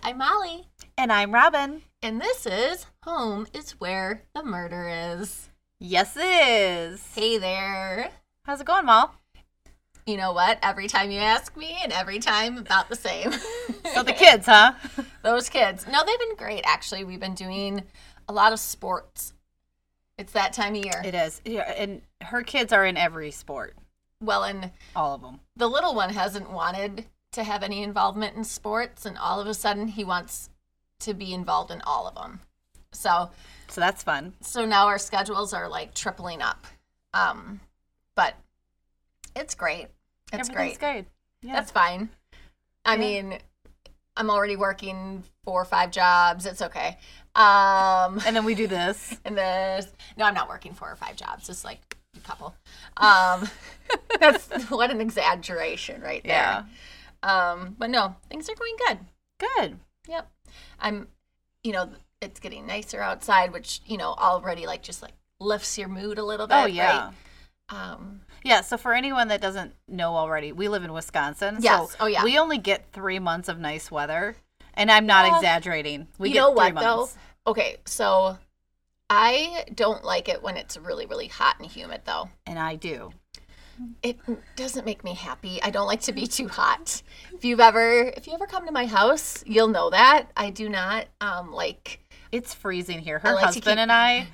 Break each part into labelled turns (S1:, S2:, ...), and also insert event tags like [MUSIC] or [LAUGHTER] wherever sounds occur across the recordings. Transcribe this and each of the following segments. S1: I'm Molly,
S2: And I'm Robin.
S1: and this is Home is Where the Murder Is.
S2: Yes, it is.
S1: Hey there.
S2: How's it going, Mal?
S1: You know what? Every time you ask me, and every time about the same.
S2: So the
S1: [LAUGHS]
S2: kids, huh?
S1: Those kids. No, they've been great, actually. We've been doing a lot of sports. It's that time of year.
S2: It is. Yeah, and her kids are in every sport,
S1: well, and
S2: all of them.
S1: the little one hasn't wanted to have any involvement in sports, and all of a sudden he wants to be involved in all of them. So,
S2: So that's fun.
S1: so now our schedules are like tripling up. Um, but it's great. It's great.
S2: Everything's good. Yeah.
S1: That's fine. I
S2: Yeah.
S1: mean, I'm already working four or five jobs. It's okay. Um,
S2: and then we do this.
S1: and this, no, I'm not working four or five jobs. Just like a couple.
S2: [LAUGHS]
S1: Um, [LAUGHS]
S2: That's
S1: what an exaggeration right there.
S2: yeah.
S1: Um, but no, things are going good.
S2: Good.
S1: Yep. I'm, you know, it's getting nicer outside, which, you know, already like just like lifts your mood a little bit.
S2: Oh yeah.
S1: Right? Um,
S2: Yeah, so for anyone that doesn't know already, we live in Wisconsin.
S1: Yes.
S2: So
S1: Oh, yeah.
S2: We only get three months of nice weather. And I'm not
S1: Well,
S2: exaggerating. We
S1: you
S2: get
S1: know
S2: three
S1: what
S2: months.
S1: though? Okay. So I don't like it when it's really, really hot and humid though.
S2: And I do.
S1: It doesn't make me happy. I don't like to be too hot. If you've ever, if you ever come to my house, you'll know that I do not, um, like,
S2: It's freezing here. Her
S1: like to
S2: husband
S1: keep-
S2: and I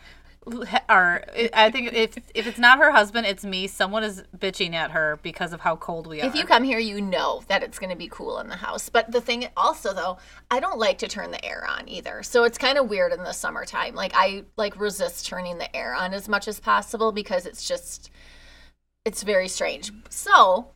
S2: are. I think if if it's not her husband, it's me. Someone is bitching at her because of how cold we are.
S1: If you come here, you know that it's going to be cool in the house. But the thing also though, I don't like to turn the air on either. So it's kind of weird in the summertime. Like I like resist turning the air on as much as possible because it's just it's very strange. So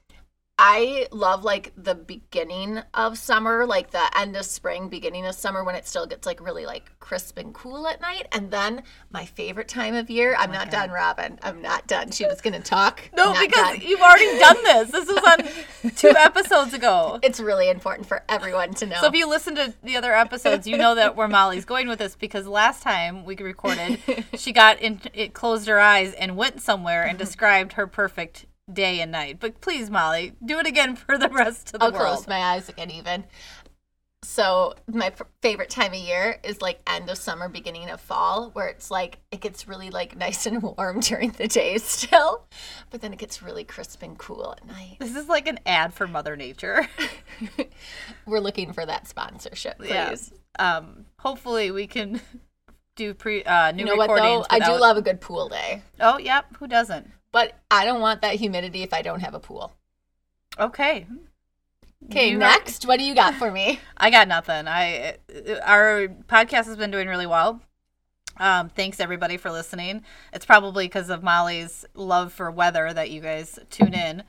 S1: I love like the beginning of summer, like the end of spring, beginning of summer when it still gets like really like crisp and cool at night. And then my favorite time of year, I'm not done, Robin. I'm not done. She was gonna talk.
S2: Oh no,
S1: Not
S2: because
S1: done.
S2: you've already done this. This was
S1: [LAUGHS]
S2: on two episodes ago.
S1: It's really important for everyone to know.
S2: So if you listen to the other episodes, you know that where Molly's going with this because last time we recorded, she got in, it closed her eyes and went somewhere
S1: Mm-hmm.
S2: and described her perfect day and night. But please, Molly, do it again for the rest of the
S1: I'll
S2: world.
S1: close my eyes again, even. So my f- favorite time of year is like end of summer, beginning of fall, where it's like it gets really like nice and [LAUGHS] warm during the day still, but then it gets really crisp and cool at night.
S2: This is like an ad for Mother Nature. [LAUGHS]
S1: We're looking for that sponsorship, please.
S2: Yeah. um hopefully we can [LAUGHS] do pre uh new
S1: You know what
S2: recordings
S1: though? I do
S2: without-
S1: love a good pool day,
S2: oh yep who doesn't
S1: but I don't want that humidity if I don't have a pool.
S2: okay
S1: Okay,
S2: You know-
S1: next, what do you got for me?
S2: i got nothing i uh, our podcast has been doing really well um thanks everybody for listening it's probably because of molly's love for weather that you guys tune in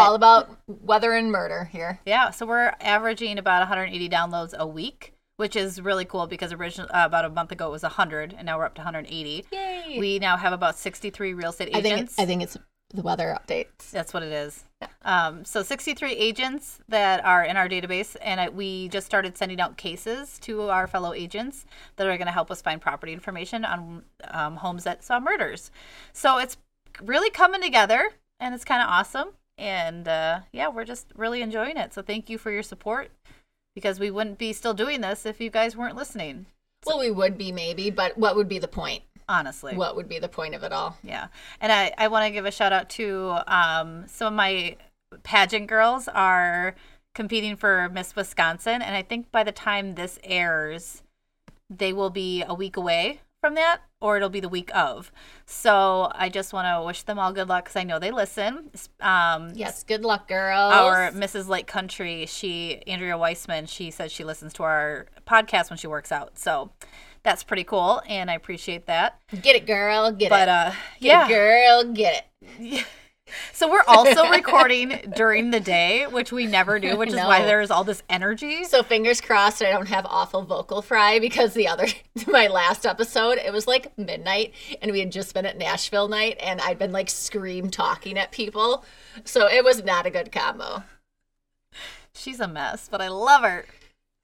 S1: [LAUGHS] All about weather and murder here.
S2: Yeah, so we're averaging about 180 downloads a week, which is really cool because originally uh, about a month ago it was 100, and now we're up to 180.
S1: Yay!
S2: We now have about 63 real estate
S1: I
S2: agents.
S1: think it, I think it's the weather updates.
S2: That's what it is. Um, so 63 agents that are in our database, and I, we just started sending out cases to our fellow agents that are going to help us find property information on um, homes that saw murders. So it's really coming together, and it's kind of awesome. And uh, yeah, we're just really enjoying it. So thank you for your support, because we wouldn't be still doing this if you guys weren't listening.
S1: Well, we would be maybe, but what would be the point?
S2: Honestly,
S1: What would be the point of it all?
S2: Yeah. And I, I want to give a shout out to um, some of my pageant girls are competing for Miss Wisconsin. And I think by the time this airs, they will be a week away from that or it'll be the week of. So I just want to wish them all good luck because I know they listen. Um,
S1: Yes, good luck, girls.
S2: our Mrs. Lake Country, she Andrea Weissman, she says she listens to our podcast when she works out. So that's pretty cool, and I appreciate that.
S1: get it, girl, get
S2: But
S1: it.
S2: uh,
S1: Get
S2: yeah,
S1: it, girl, get it.
S2: So we're also
S1: [LAUGHS]
S2: recording during the day, which we never do, which is why
S1: No.
S2: there is all this energy.
S1: So fingers crossed, I don't have awful vocal fry because the other [LAUGHS] my last episode, it was like midnight, and we had just been at Nashville night, and I'd been like scream talking at people, so it was not a good combo.
S2: She's a mess, but I love her.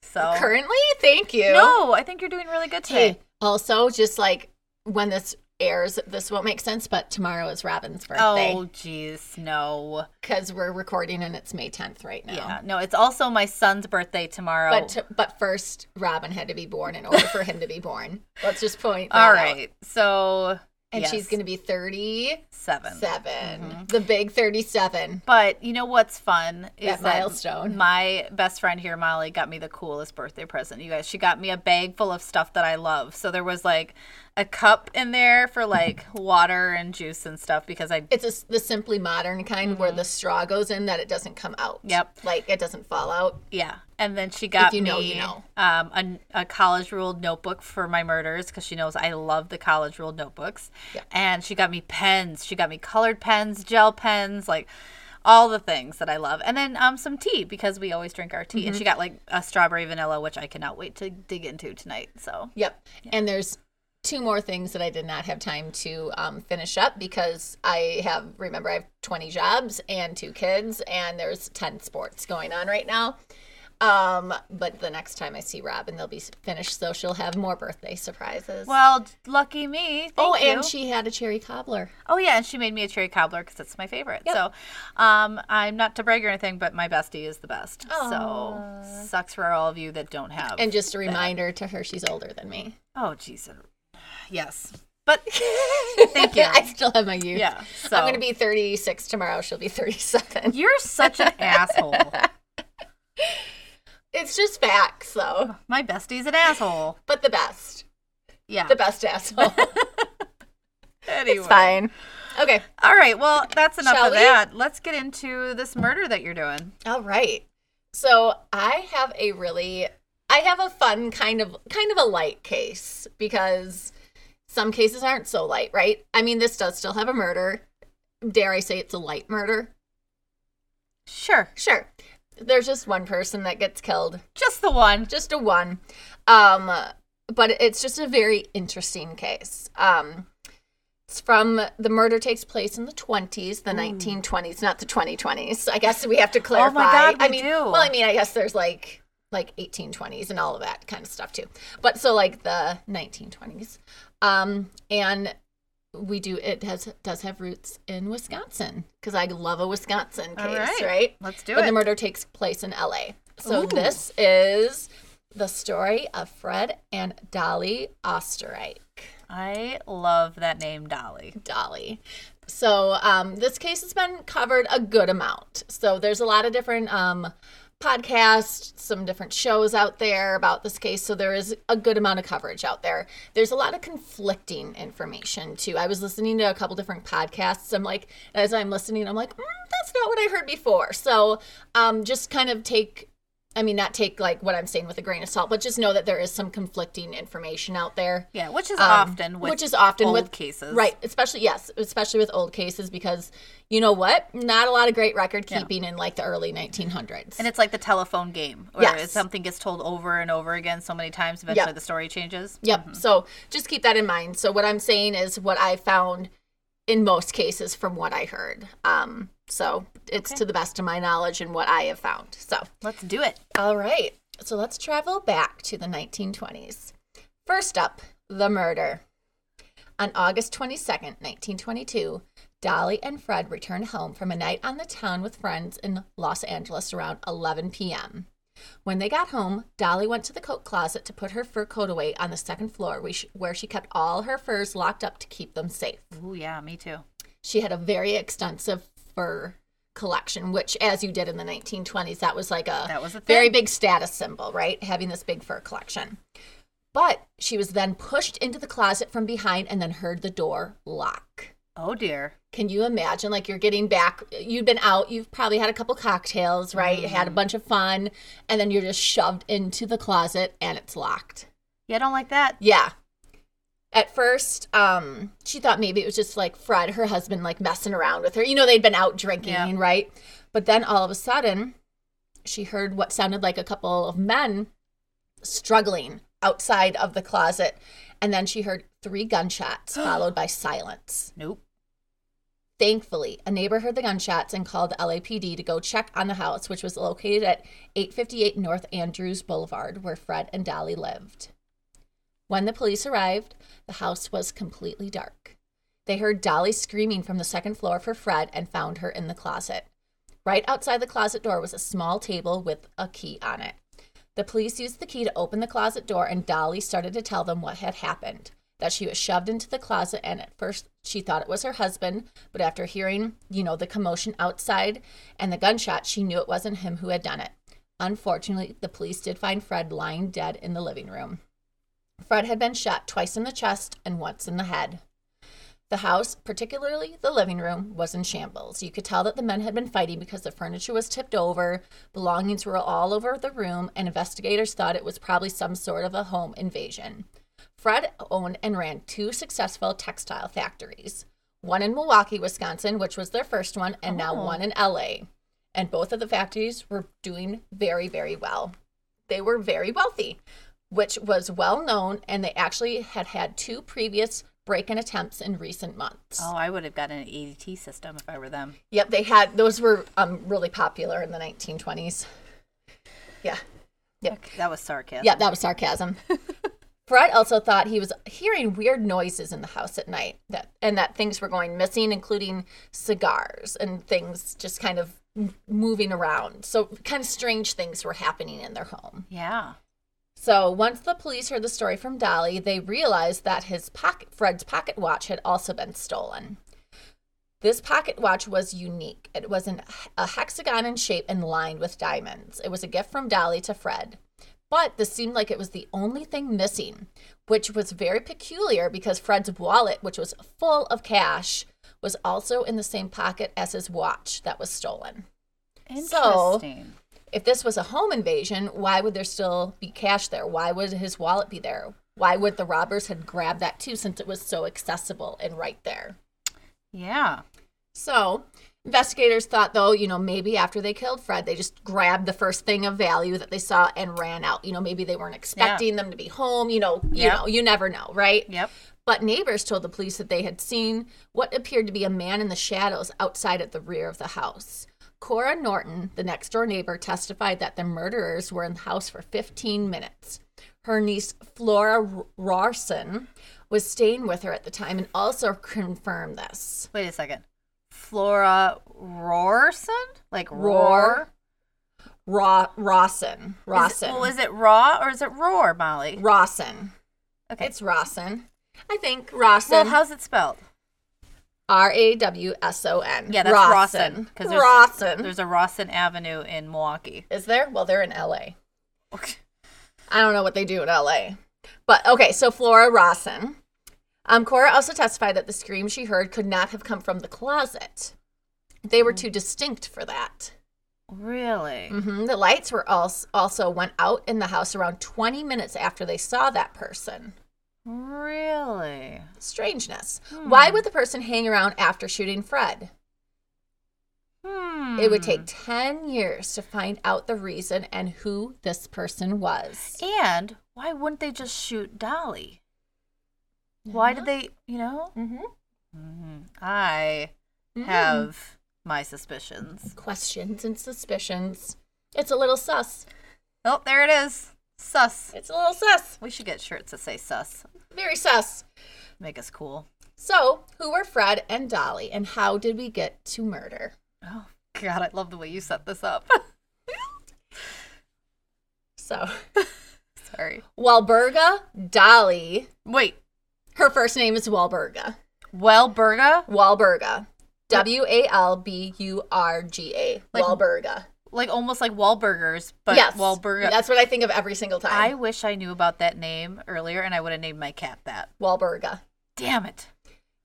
S2: So
S1: Currently, thank you.
S2: no, I think you're doing really good today.
S1: Hey, also, just like when this airs, this won't make sense, but tomorrow is Robin's birthday
S2: Oh, jeez, no.
S1: because we're recording and it's May 10th right now.
S2: Yeah, no. It's also my son's birthday tomorrow.
S1: But to, but first, Robin had to be born in order for him to be born. [LAUGHS] Let's just point. that
S2: All
S1: out.
S2: right, so
S1: and she's
S2: yes,
S1: going to be 37.
S2: 7
S1: The big 37.
S2: But you know what's fun is
S1: That milestone.
S2: My best friend here, Molly, got me the coolest birthday present. You guys, she got me a bag full of stuff that I love. So there was like a cup in there for like water and juice and stuff because I
S1: It's a s the simply modern kind where the straw goes in that it doesn't come out.
S2: Yep.
S1: Like it doesn't fall out.
S2: yeah. And then she got
S1: you
S2: me
S1: know, you know.
S2: um, a, a college ruled notebook for my murders because she knows I love the college ruled notebooks.
S1: Yeah.
S2: And she got me pens. She got me colored pens, gel pens, like all the things that I love. And then um, some tea because we always drink our tea. And she
S1: Mm-hmm.
S2: got like a strawberry vanilla, which I cannot wait to dig into tonight. So
S1: Yep. And there's two more things that I did not have time to um, finish up because I have, remember, I have 20 jobs and two kids, and there's 10 sports going on right now. Um, but the next time I see Robin, they'll be s- finished, so she'll have more birthday surprises.
S2: well, lucky me. Thank
S1: oh,
S2: you.
S1: and she had a cherry cobbler.
S2: Oh yeah, and she made me a cherry cobbler because it's my favorite. So, um, I'm not to brag or anything, but my bestie is the best. So sucks for all of you that don't have.
S1: And just a reminder to her, she's older than me.
S2: oh Jesus, yes,
S1: [LAUGHS]
S2: but [LAUGHS] thank you.
S1: I still have my youth.
S2: yeah, so
S1: I'm going to be 36 tomorrow. She'll be
S2: [LAUGHS]
S1: 37.
S2: You're such an
S1: [LAUGHS]
S2: asshole.
S1: It's just facts, though,
S2: My bestie's an asshole.
S1: but the best.
S2: Yeah.
S1: The best
S2: [LAUGHS]
S1: asshole.
S2: anyway.
S1: It's fine. Okay.
S2: All right. Well, that's enough
S1: Shall
S2: of
S1: we?
S2: that. Let's get into this murder that you're doing.
S1: All right. So I have a really I have a fun kind of kind of a light case because some cases aren't so light, right? I mean, this does still have a murder. Dare I say it's a light murder?
S2: Sure.
S1: Sure. There's just one person that gets killed,
S2: Just the one.
S1: just a one. Um but it's just a very interesting case. Um it's from the murder takes place in the 20s, the 1920s, not the 2020s. I guess we have to clarify.
S2: Hmm. Oh God, we
S1: I mean,
S2: do.
S1: well, I mean, I guess there's like like 1820s and all of that kind of stuff too. But so like the 1920s. Um and we do it has does have roots in Wisconsin cuz I love a Wisconsin case,
S2: All right.
S1: right?
S2: Let's do
S1: but
S2: it.
S1: the murder takes place in LA. So
S2: Ooh.
S1: this is the story of Fred and Dolly Osterreich.
S2: I love that name, Dolly.
S1: Dolly. So um, this case has been covered a good amount. So there's a lot of different um, podcasts, some different shows out there about this case. So there is a good amount of coverage out there. There's a lot of conflicting information too. I was listening to a couple different podcasts. I'm like, as I'm listening, I'm like, mm, that's not what I heard before. So um, just kind of take I mean, not take like what I'm saying with a grain of salt, but just know that there is some conflicting information out there
S2: Yeah, which is
S1: um,
S2: often with
S1: which is often
S2: old
S1: with
S2: cases.
S1: right especially yes especially with old cases because you know what not a lot of great record keeping in like the early 1900s
S2: And it's like the telephone game where
S1: Yes.
S2: something gets told over and over again so many times, eventually
S1: Yep.
S2: the story changes.
S1: yep so just keep that in mind so what i'm saying is what i found in most cases from what i heard um so it's to the best of my knowledge and what i have found so
S2: Let's do it.
S1: All right, so let's travel back to the 1920s. First up, the murder. On August 22nd, 1922, Dolly and Fred returned home from a night on the town with friends in Los Angeles around 11 p.m. When they got home, Dolly went to the coat closet to put her fur coat away on the second floor, where she- where she kept all her furs locked up to keep them safe.
S2: Ooh, yeah, me too.
S1: She had a very extensive fur collection, which, as you did in the 1920s, that was like a
S2: That was a thing.
S1: very big status symbol, right? Having this big fur collection. But she was then pushed into the closet from behind and then heard the door lock.
S2: Oh dear.
S1: Can you imagine? Like you're getting back, you've been out, you've probably had a couple cocktails, right?
S2: Mm-hmm.
S1: Had a bunch of fun, and then you're just shoved into the closet and it's locked.
S2: Yeah, I don't like that.
S1: Yeah. At first, um, she thought maybe it was just like Fred, her husband, like messing around with her. You know, they'd been out drinking,
S2: Yeah.
S1: right? But then all of a sudden, she heard what sounded like a couple of men struggling outside of the closet. And then she heard three gunshots,
S2: [GASPS]
S1: followed by silence.
S2: Nope.
S1: Thankfully, a neighbor heard the gunshots and called the LAPD to go check on the house, which was located at 858 North Andrews Boulevard, where Fred and Dolly lived. When the police arrived, the house was completely dark. They heard Dolly screaming from the second floor for Fred and found her in the closet. Right outside the closet door was a small table with a key on it. The police used the key to open the closet door, and Dolly started to tell them what had happened that she was shoved into the closet, and at first she thought it was her husband, but after hearing, you know, the commotion outside and the gunshot, she knew it wasn't him who had done it. Unfortunately, the police did find Fred lying dead in the living room. Fred had been shot twice in the chest and once in the head. The house, particularly the living room, was in shambles. You could tell that the men had been fighting because the furniture was tipped over, belongings were all over the room, and investigators thought it was probably some sort of a home invasion. Fred owned and ran two successful textile factories one in Milwaukee, Wisconsin, which was their first one, and now
S2: Oh.
S1: one in LA. And both of the factories were doing very, very well. They were very wealthy, which was well known, and they actually had had two previous break in attempts in recent months.
S2: Oh, I would have gotten an ADT system if I were them.
S1: Yep, they had those were um, really popular in the 1920s. Yeah.
S2: That was sarcasm.
S1: Yeah, that was sarcasm. Fred also thought he was hearing weird noises in the house at night, that and that things were going missing, including cigars and things just kind of m- moving around. So kind of strange things were happening in their home.
S2: Yeah.
S1: So once the police heard the story from Dolly, they realized that his pocket Fred's pocket watch had also been stolen. This pocket watch was unique. It was an, a hexagon in shape and lined with diamonds. It was a gift from Dolly to Fred. But this seemed like it was the only thing missing, which was very peculiar because Fred's wallet, which was full of cash, was also in the same pocket as his watch that was stolen. So-
S2: Interesting.
S1: If this was a home invasion, why would there still be cash there? Why would his wallet be there? Why would the robbers had grabbed that too since it was so accessible and right there?
S2: yeah.
S1: So, investigators thought though, you know, maybe after they killed Fred, they just grabbed the first thing of value that they saw and ran out. You know, maybe they weren't expecting them to be home, you know, you
S2: Yeah.
S1: know, you never know, right?
S2: Yep.
S1: But neighbors told the police that they had seen what appeared to be a man in the shadows outside at the rear of the house. Cora Norton, the next door neighbor, testified that the murderers were in the house for 15 minutes. Her niece, Flora R- Rawson, was staying with her at the time and also confirmed this.
S2: Wait a second. Flora Roarson? Like
S1: Roar.
S2: roar?
S1: Raw- Rawson.
S2: Is
S1: Rawson.
S2: it, well, is it raw or is it roar, Molly?
S1: Rawson.
S2: Okay.
S1: It's Rawson. I think Rawson.
S2: well, how's it spelled?
S1: R A W S O N.
S2: Yeah, that's
S1: Rawson.
S2: Rawson. there's,
S1: Rawson.
S2: There's a Rawson Avenue in Milwaukee.
S1: Is there? Well, they're in LA. I don't know what they do in LA. But okay, so Flora Rawson. Um, Cora also testified that the scream she heard could not have come from the closet. They were too distinct for that.
S2: really?
S1: hmm The lights were also, also went out in the house around 20 minutes after they saw that person.
S2: Really?
S1: Strangeness. Why would the person hang around after shooting Fred?
S2: Hmm.
S1: It would take 10 years to find out the reason and who this person was.
S2: And why wouldn't they just shoot Dolly? Why did they, you know? Mm.
S1: Mm-hmm.
S2: Mhm. I have my suspicions.
S1: questions and suspicions. It's a little sus.
S2: Oh, there it is. Sus.
S1: It's a little sus.
S2: We should get shirts that say sus.
S1: Very sus.
S2: Make us cool.
S1: So, who were Fred and Dolly, and how did we get to murder?
S2: Oh, God, I love the way you set this up. [LAUGHS]
S1: So, [LAUGHS]
S2: Sorry.
S1: Walburga Dolly,
S2: Wait.
S1: her first name is Walburga.
S2: Well, Berga?
S1: Walburga. W A L B U R G A.
S2: Like-
S1: Walburga.
S2: Like almost like Wahlburgers, but
S1: yes.
S2: Wahlburger.
S1: That's what I think of every single
S2: I
S1: time.
S2: wish I knew about that name earlier and I would have named my cat that.
S1: Walburga.
S2: Damn it.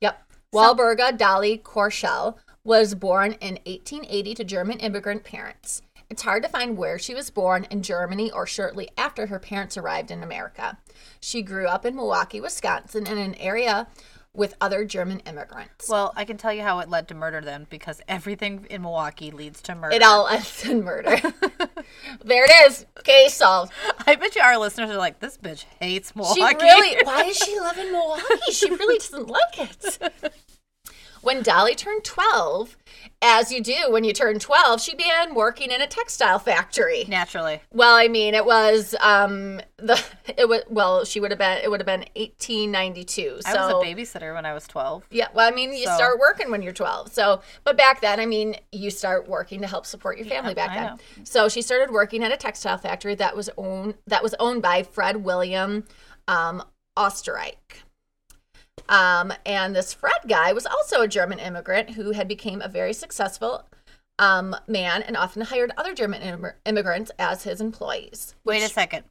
S1: Yep.
S2: So-
S1: Walburga Dolly Korschell was born in 1880 to German immigrant parents. It's hard to find where she was born in Germany or shortly after her parents arrived in America. She grew up in Milwaukee, Wisconsin, in an area with other German immigrants.
S2: Well, I can tell you how it led to murder then because everything in Milwaukee leads to murder.
S1: it all ends in murder. [LAUGHS] there it is. Case solved.
S2: [LAUGHS] I bet you our listeners are like, this bitch hates Milwaukee.
S1: [LAUGHS] She really, why does she live in Milwaukee? She really doesn't like it. [LAUGHS] When Dolly turned 12, as you do when you turn 12, she began working in a textile factory.
S2: [LAUGHS] Naturally.
S1: Well, I mean, it was um [LAUGHS] the it was well, she would have been it would have been 1892. So
S2: I was a babysitter when I was 12.
S1: yeah, well, I mean, you
S2: So-
S1: start working when you're 12. So, but back then, I mean, you start working to help support your family back
S2: I
S1: then. So she started working at a textile factory that was owned that was owned by Fred William um, Osterreich. Um, and this Fred guy was also a German immigrant who had become a very successful um, man and often hired other German immigr- immigrants as his employees.
S2: Wait a
S1: which-
S2: second.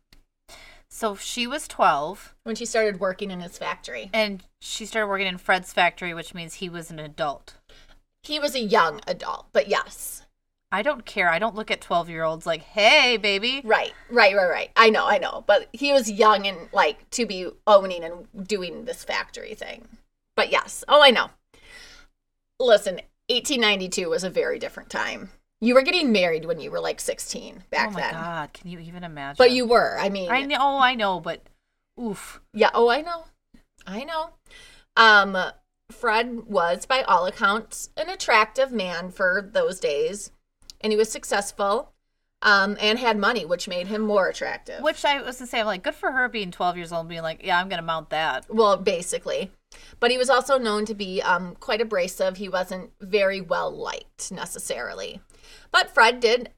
S2: So she was 12
S1: When she started working in his factory,
S2: and she started working in Fred's factory, which means he was an adult.
S1: he was a young adult, but yes.
S2: I don't care. I don't look at 12 year olds like, hey, baby.
S1: Right, right, right, right. I know, I know. But he was young and like to be owning and doing this factory thing. But yes, oh, I know. Listen, 1892 was a very different time. You were getting married when you were like 16 back
S2: oh my
S1: then.
S2: God. Can you even imagine?
S1: But you were. I mean,
S2: I know, I know, but oof.
S1: yeah, oh, I know. I know. Um, Fred was, by all accounts, an attractive man for those days, and he was successful um, and had money, which made him more attractive.
S2: Which I was gonna say, I'm like, good for her being 12 years old and being like, yeah, I'm gonna mount that.
S1: Well, basically. But he was also known to be um, quite abrasive. He wasn't very well liked necessarily. But Fred did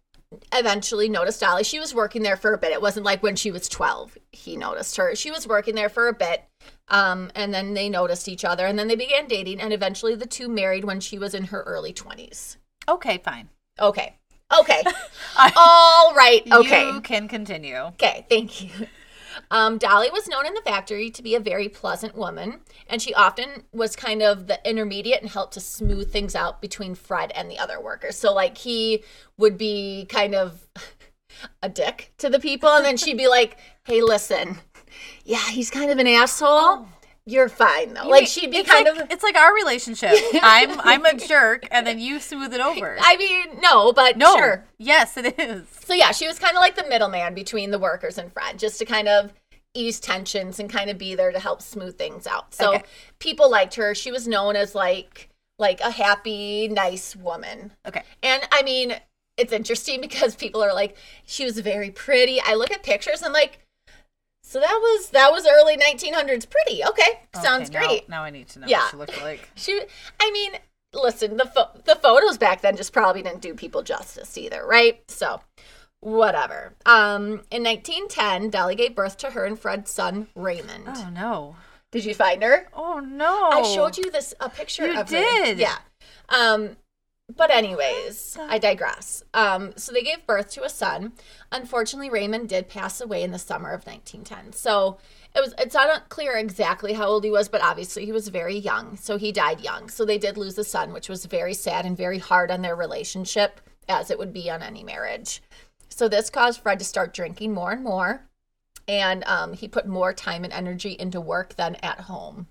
S1: eventually notice Dolly. She was working there for a bit. It wasn't like when she was 12, he noticed her. She was working there for a bit. Um, and then they noticed each other. And then they began dating. And eventually the two married when she was in her early 20s.
S2: Okay, fine.
S1: Okay. Okay.
S2: [LAUGHS] I-
S1: All right. Okay.
S2: You can continue.
S1: Okay, thank you. Um, Dolly was known in the factory to be a very pleasant woman, and she often was kind of the intermediate and helped to smooth things out between Fred and the other workers. So, like, he would be kind of [LAUGHS] a dick to the people, and then she'd be like, hey, listen, yeah, he's kind of an asshole. You're fine, though. like, she'd be
S2: Oh. it's
S1: kind
S2: like,
S1: of.
S2: It's like
S1: [LAUGHS]
S2: our relationship. I'm I'm a jerk, and then you smooth it over.
S1: I mean, no, but
S2: no.
S1: sure.
S2: Yes, it is.
S1: So yeah, she was kind of like the middleman between the workers and Fred, just to kind of ease tensions and kind of be there to help smooth things out. So
S2: Okay.
S1: people liked her. She was known as like like a happy, nice woman.
S2: Okay.
S1: And I mean, it's interesting [LAUGHS] because people are like, she was very pretty. I look at pictures and like, so that was that was early 1900s pretty. Okay, sounds
S2: Okay, now-
S1: great.
S2: Now, I need to know
S1: Yeah.
S2: what she
S1: [LAUGHS]
S2: looked like.
S1: She, I mean, listen, the pho- the photos back then just probably didn't do people justice either, right? So, whatever. Um, in 1910, Dolly gave birth to her and Fred's son Raymond.
S2: Oh no.
S1: Did you find her?
S2: Oh no.
S1: I showed you this a picture
S2: You
S1: of her.
S2: did.
S1: Yeah. Um but anyways, I digress. Um so they gave birth to a son. Unfortunately, Raymond did pass away in the summer of 1910. So it was it's unclear exactly how old he was, but obviously he was very young. So he died young. So they did lose a son, which was very sad and very hard on their relationship as it would be on any marriage. So this caused Fred to start drinking more and more. And um, he put more time and energy into work than at home.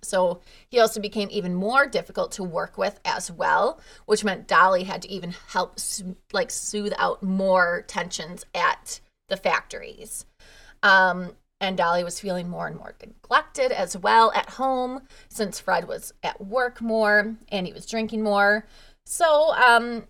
S1: So he also became even more difficult to work with as well, which meant Dolly had to even help so- like soothe out more tensions at the factories. Um, and Dolly was feeling more and more neglected as well at home since Fred was at work more and he was drinking more. So um,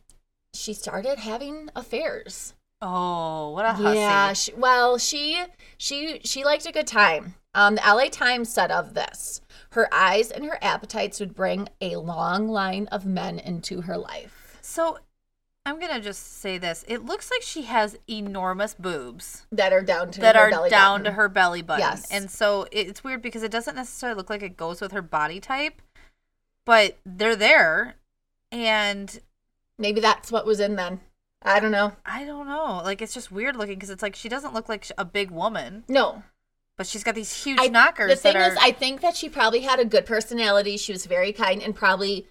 S1: she started having affairs
S2: Oh, what a hussy.
S1: yeah she, well she she she liked a good time um the la times said of this her eyes and her appetites would bring a long line of men into her life
S2: So, I'm gonna just say this. It looks like she has enormous boobs
S1: that are down to
S2: that
S1: her
S2: are
S1: belly
S2: down
S1: button.
S2: to her belly button.
S1: Yes.
S2: And so it- it's weird because it doesn't necessarily look like it goes with her body type, but they're there. And
S1: maybe that's what was in then i don't know
S2: I don't know. Like it's just weird looking because it's like she doesn't look like sh- a big woman,
S1: no
S2: but she's got these huge
S1: I,
S2: knockers.
S1: the thing
S2: that are,
S1: is i think that she probably had a good personality she was very kind and probably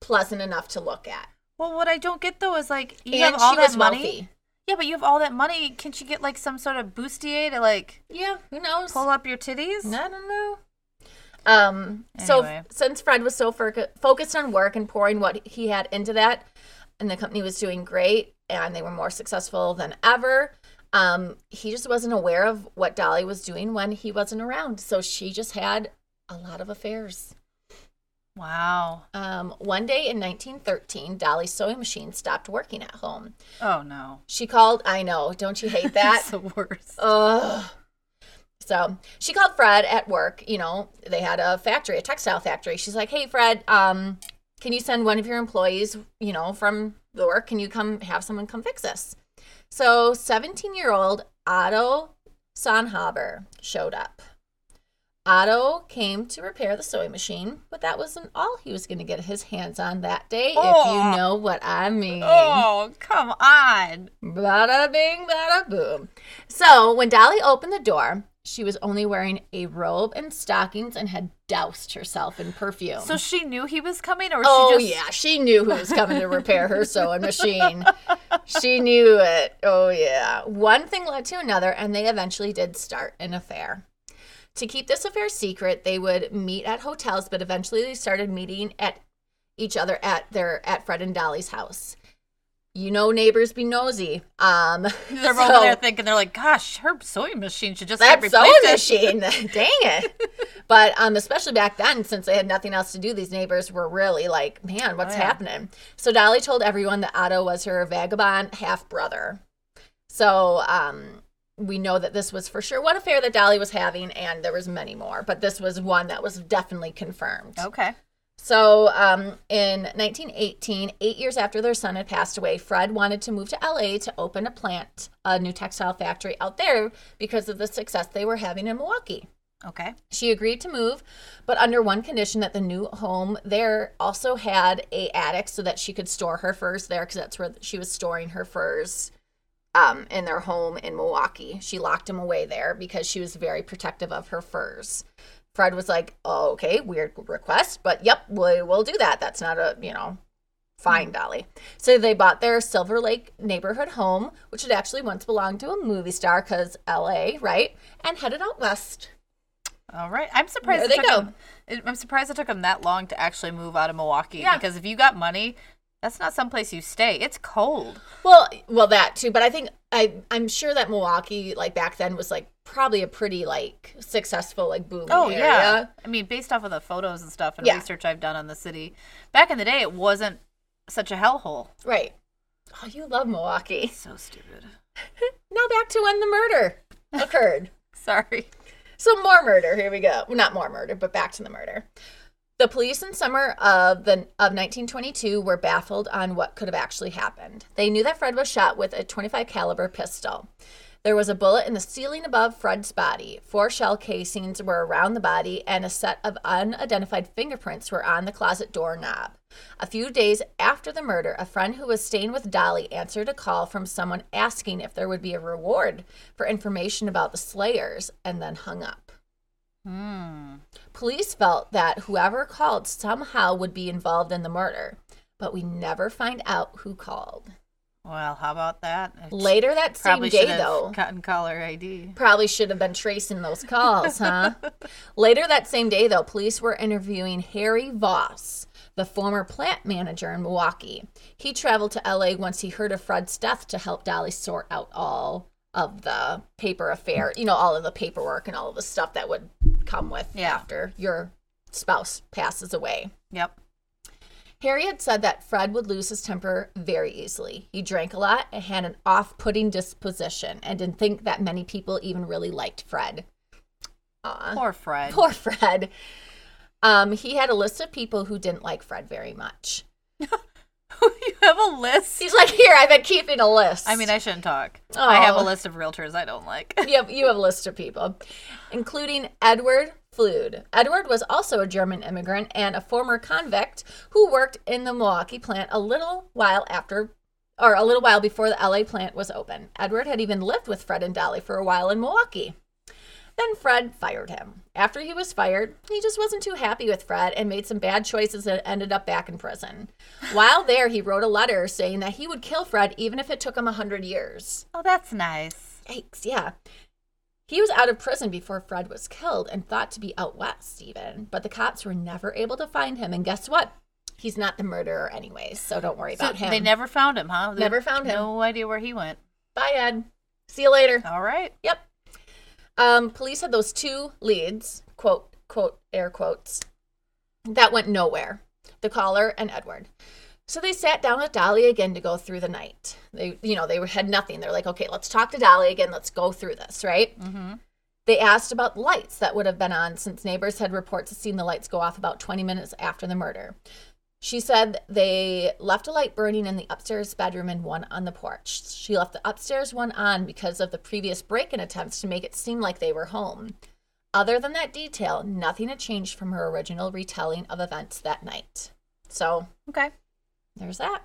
S1: pleasant enough to look at
S2: well, what I don't get though is like you
S1: and
S2: have all
S1: she
S2: that
S1: was
S2: money.
S1: wealthy
S2: Yeah, but you have all that money. Can she get like some sort of bustier to like
S1: yeah who knows
S2: pull up your titties?
S1: I don't know. Um,
S2: Anyway.
S1: So since Fred was so fur- focused on work and pouring what he had into that, and the company was doing great, and they were more successful than ever. Um, he just wasn't aware of what Dolly was doing when he wasn't around, so she just had a lot of affairs.
S2: Wow.
S1: Um, one day in 1913, Dolly's sewing machine stopped working at home.
S2: Oh no.
S1: She called, I know, don't you hate that?
S2: That's the worst.
S1: Ugh. So she called Fred at work. You know, they had a factory, a textile factory. She's like, "Hey, Fred, um, can you send one of your employees? You know, from the work, can you come have someone come fix this?" So, 17-year-old Otto Sonhaber showed up. Otto came to repair the sewing machine, but that wasn't all he was going to get his hands on that day, if
S2: Oh.
S1: you know what [LAUGHS] I mean.
S2: Oh, come on.
S1: Bada bing, bada boom. So when Dolly opened the door, she was only wearing a robe and stockings and had doused herself in perfume.
S2: So she knew he was coming, or
S1: oh
S2: she just
S1: yeah, she knew who was coming to repair her sewing machine. She knew it. Oh yeah. One thing led to another, and they eventually did start an affair. To keep this affair secret, they would meet at hotels, but eventually they started meeting at each other at their at Fred and Dolly's house. You know, neighbors be nosy. Um,
S2: [LAUGHS]
S1: [LAUGHS]
S2: they're
S1: so-
S2: over there thinking they're like, gosh, her sewing machine should just get
S1: that
S2: replaced.
S1: sewing machine. Dang it. But um, especially back then, since they had nothing else to do, these neighbors were really like, man, what's
S2: Oh, yeah.
S1: happening? So Dolly told everyone that Otto was her vagabond half brother. So um, we know that this was for sure one affair that Dolly was having, and there was many more, but this was one that was definitely confirmed.
S2: [LAUGHS] Okay.
S1: So, um, in 1918, eight years after their son had passed away, Fred wanted to move to LA to open a plant, a new textile factory out there because of the success they were having in Milwaukee.
S2: Okay.
S1: She agreed to move, but under one condition that the new home there also had a attic so that she could store her furs there because that's where she was storing her furs um, in their home in Milwaukee. She locked him away there because she was very protective of her furs. Fred was like, oh, "Okay, weird request, but yep, we will do that. That's not a you know." Fine, Dolly. So they bought their Silver Lake neighborhood home, which had actually once belonged to a movie star, because LA, right? And headed out west.
S2: All right. I'm surprised.
S1: There they
S2: it took
S1: go.
S2: Him, it- I'm surprised it took him that long to actually move out of Milwaukee.
S1: Yeah.
S2: Because if you got money, that's not someplace you stay. It's cold.
S1: Well, well, that too. But I think I, I'm sure that Milwaukee, like back then, was like probably a pretty like successful like boom. area.
S2: Oh, I mean, based off of the photos and stuff and
S1: Yeah.
S2: research I've done on the city, back in the day, it wasn't such a hellhole.
S1: right. Oh, you love Milwaukee.
S2: So stupid.
S1: Now back to when the murder occurred.
S2: Sorry.
S1: So more murder. Here we go. Well, not more murder, but back to the murder. The police in summer of the of 1922 were baffled on what could have actually happened. They knew that Fred was shot with a 25 caliber pistol. There was a bullet in the ceiling above Fred's body. Four shell casings were around the body and a set of unidentified fingerprints were on the closet door knob. A few days after the murder, a friend who was staying with Dolly answered a call from someone asking if there would be a reward for information about the slayers and then hung up.
S2: Hmm.
S1: Police felt that whoever called somehow would be involved in the murder, but we never find out who called.
S2: Well, how about that? I
S1: Later that same
S2: Probably
S1: day,
S2: should have
S1: though,
S2: gotten caller ID.
S1: probably should have been tracing those calls, huh? Later that same day, though, police were interviewing Harry Voss, the former plant manager in Milwaukee. He traveled to LA once he heard of Fred's death to help Dolly sort out all of the paper affair, you know, all of the paperwork and all of the stuff that would come with
S2: Yeah.
S1: after your spouse passes away.
S2: Yep.
S1: Harry had said that Fred would lose his temper very easily. He drank a lot and had an off putting disposition and didn't think that many people even really liked Fred. Aw. [LAUGHS]
S2: Poor Fred.
S1: Poor Fred. Um, he had a list of people who didn't like Fred very much.
S2: [LAUGHS] you have a list.
S1: He's like, here, I've been keeping a list.
S2: I mean, I shouldn't talk. I have a
S1: Oh.
S2: list of realtors I don't like.
S1: [LAUGHS] you have you have a list of people, including Edward Flood. Edward was also a German immigrant and a former convict who worked in the Milwaukee plant a little while after or a little while before the LA plant was open. Edward had even lived with Fred and Dolly for a while in Milwaukee. Then Fred fired him. After he was fired, he just wasn't too happy with Fred and made some bad choices and ended up back in prison. While there, he wrote a letter saying that he would kill Fred even if it took him a 100 years.
S2: [LAUGHS] Oh, that's nice.
S1: Yikes, yeah. He was out of prison before Fred was killed and thought to be out west, even. But the cops were never able to find him. And guess what? He's not the murderer, anyways. So don't worry
S2: So
S1: about him.
S2: They never found him, huh? They-
S1: Never found him.
S2: No idea where he went.
S1: Bye, Ed. See you later.
S2: All right.
S1: Yep. Um, police had those two leads, quote, quote, air quotes, That went nowhere. The caller and Edward. So they sat down with Dolly again to go through the night. They, you know, they were- had nothing. They're like, okay, let's talk to Dolly again. Let's go through this, right?
S2: Mm-hmm.
S1: They asked about lights that would have been on since neighbors had reports of seeing the lights go off about 20 minutes after the murder. She said they left a light burning in the upstairs bedroom and one on the porch. She left the upstairs one on because of the previous break in attempts to make it seem like they were home. Other than that detail, nothing had changed from her original retelling of events that night. So
S2: Okay.
S1: there's that.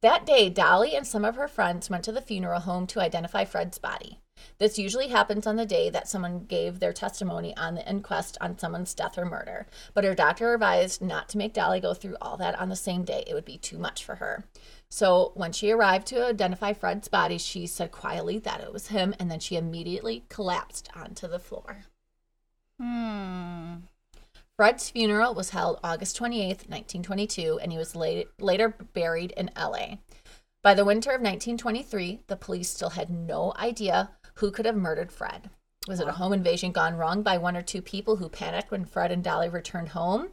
S1: That day, Dolly and some of her friends went to the funeral home to identify Fred's body. This usually happens on the day that someone gave their testimony on the inquest on someone's death or murder, but her doctor advised not to make Dolly go through all that on the same day. It would be too much for her. So when she arrived to identify Fred's body, she said quietly that it was him, and then she immediately collapsed onto the floor.
S2: Hmm.
S1: Fred's funeral was held August 28th, 1922, and he was late, later buried in LA. By the winter of 1923, the police still had no idea who could have murdered Fred. Was it a
S2: Wow.
S1: home invasion gone wrong by one or two people who panicked when Fred and Dolly returned home?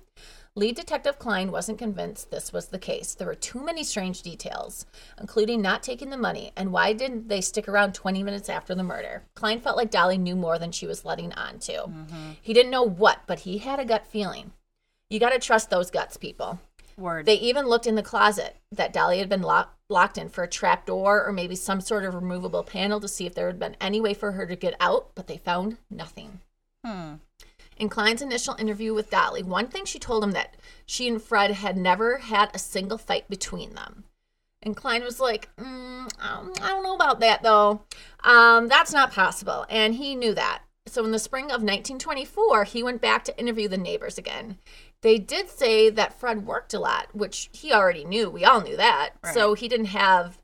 S1: Lead Detective Klein wasn't convinced this was the case. There were too many strange details, including not taking the money and why didn't they stick around 20 minutes after the murder? Klein felt like Dolly knew more than she was letting on to. He didn't know what, but he had a gut feeling. You got to trust those guts, people.
S2: Word.
S1: They even looked in the closet that Dolly had been lo- locked in for a trap door or maybe some sort of removable panel to see if there had been any way for her to get out, but they found nothing.
S2: hmm.
S1: In Klein's initial interview with Dolly, one thing she told him that she and Fred had never had a single fight between them. And Klein was like, mm, I don't- I don't know about that though. Um, that's not possible. And he knew that. So in the spring of 1924, he went back to interview the neighbors again. They did say that Fred worked a lot, which he already knew. We all knew that. So he didn't have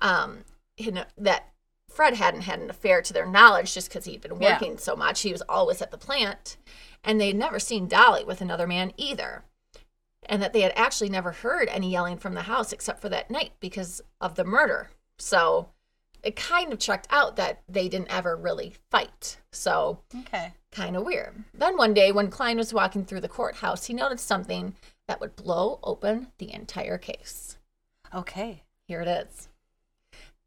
S1: um, you know, that Fred hadn't had an affair to their knowledge just because he'd been
S2: Yeah.
S1: working so much. He was always at the plant. And they'd never seen Dolly with another man either. And that they had actually never heard any yelling from the house except for that night because of the murder. So it kind of checked out that they didn't ever really fight. So
S2: Okay.
S1: kind of weird. Then one day, when Klein was walking through the courthouse, he noticed something that would blow open the entire case.
S2: Okay.
S1: Here it is.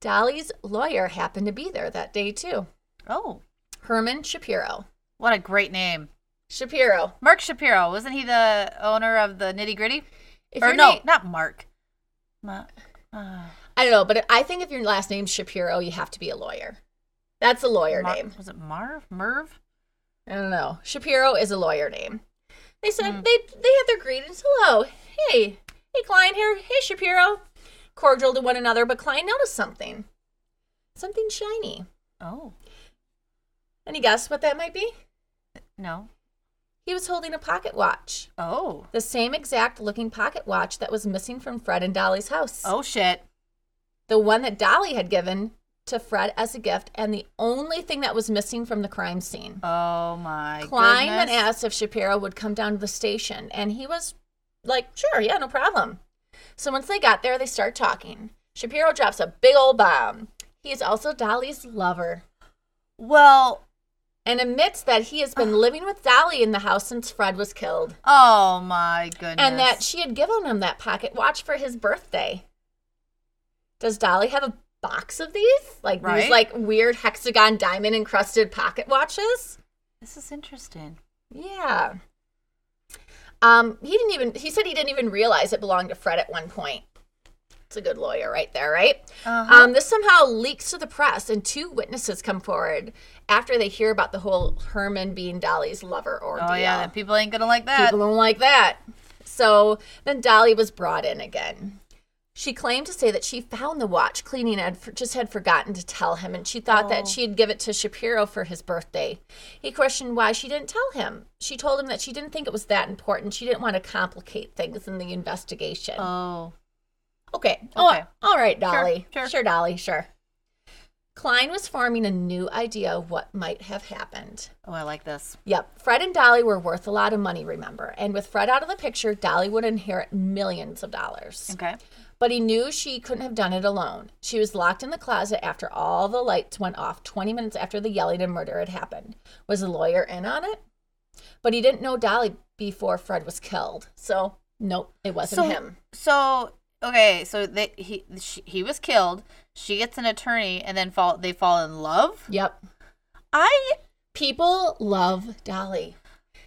S1: Dolly's lawyer happened to be there that day too.
S2: Oh,
S1: Herman Shapiro.
S2: what a great name.
S1: Shapiro.
S2: Mark Shapiro. Wasn't he the owner of the nitty gritty?
S1: If
S2: Or
S1: your
S2: no,
S1: name-
S2: not Mark. Ma- uh,
S1: I don't know, but I think if your last name's Shapiro, you have to be a lawyer. That's a lawyer
S2: Mar-
S1: name.
S2: Was it Marv? Merv?
S1: I don't know. Shapiro is a lawyer name. They said
S2: Hmm.
S1: they they had their greetings. Hello, hey, hey, Klein here. Hey, Shapiro. Cordial to one another, but Klein noticed something. Something shiny.
S2: Oh,
S1: Any guess what that might be?
S2: no.
S1: He was holding a pocket watch.
S2: Oh.
S1: The same exact looking pocket watch that was missing from Fred and Dolly's house.
S2: Oh, shit.
S1: The one that Dolly had given to Fred as a gift and the only thing that was missing from the crime scene.
S2: Oh, my
S1: Klein then
S2: goodness.
S1: asked if Shapiro would come down to the station and he was like, sure, yeah, no problem. So once they got there, they start talking. Shapiro drops a big old bomb. He is also Dolly's lover
S2: well,
S1: and admits that he has
S2: Ah.
S1: been living with Dolly in the house since Fred was killed
S2: oh, my goodness.
S1: and that she had given him that pocket watch for his birthday. Does Dolly have a box of these? Like
S2: Right.
S1: these like weird hexagon diamond encrusted pocket watches?
S2: This is interesting.
S1: Yeah. Um, he didn't even he said he didn't even realize it belonged to Fred at one point. It's a good lawyer right there, right?
S2: Uh-huh.
S1: Um, this somehow leaks to the press, and two witnesses come forward after they hear about the whole Herman being Dolly's lover ordeal.
S2: oh, yeah. then People ain't going to like that.
S1: People don't like that. So then Dolly was brought in again. She claimed to say that she found the watch cleaning and had- just had forgotten to tell him, and she thought
S2: Oh.
S1: that she had give it to Shapiro for his birthday. He questioned why she didn't tell him. She told him that she didn't think it was that important. She didn't want to complicate things in the investigation.
S2: oh.
S1: Okay. Oh,
S2: Okay.
S1: all right, Dolly.
S2: sure.
S1: sure, Dolly. Sure. Klein was forming a new idea of what might have happened.
S2: Oh, I like this.
S1: Yep. Fred and Dolly were worth a lot of money, remember? And with Fred out of the picture, Dolly would inherit millions of dollars.
S2: Okay.
S1: But he knew she couldn't have done it alone. She was locked in the closet after all the lights went off 20 minutes after the yelling and murder had happened. Was the lawyer in on it? But he didn't know Dolly before Fred was killed. So, nope, it wasn't
S2: So-
S1: him.
S2: So okay, so they, he she, he was killed. She gets an attorney, and then fall they fall in love.
S1: Yep.
S2: I
S1: People love Dolly.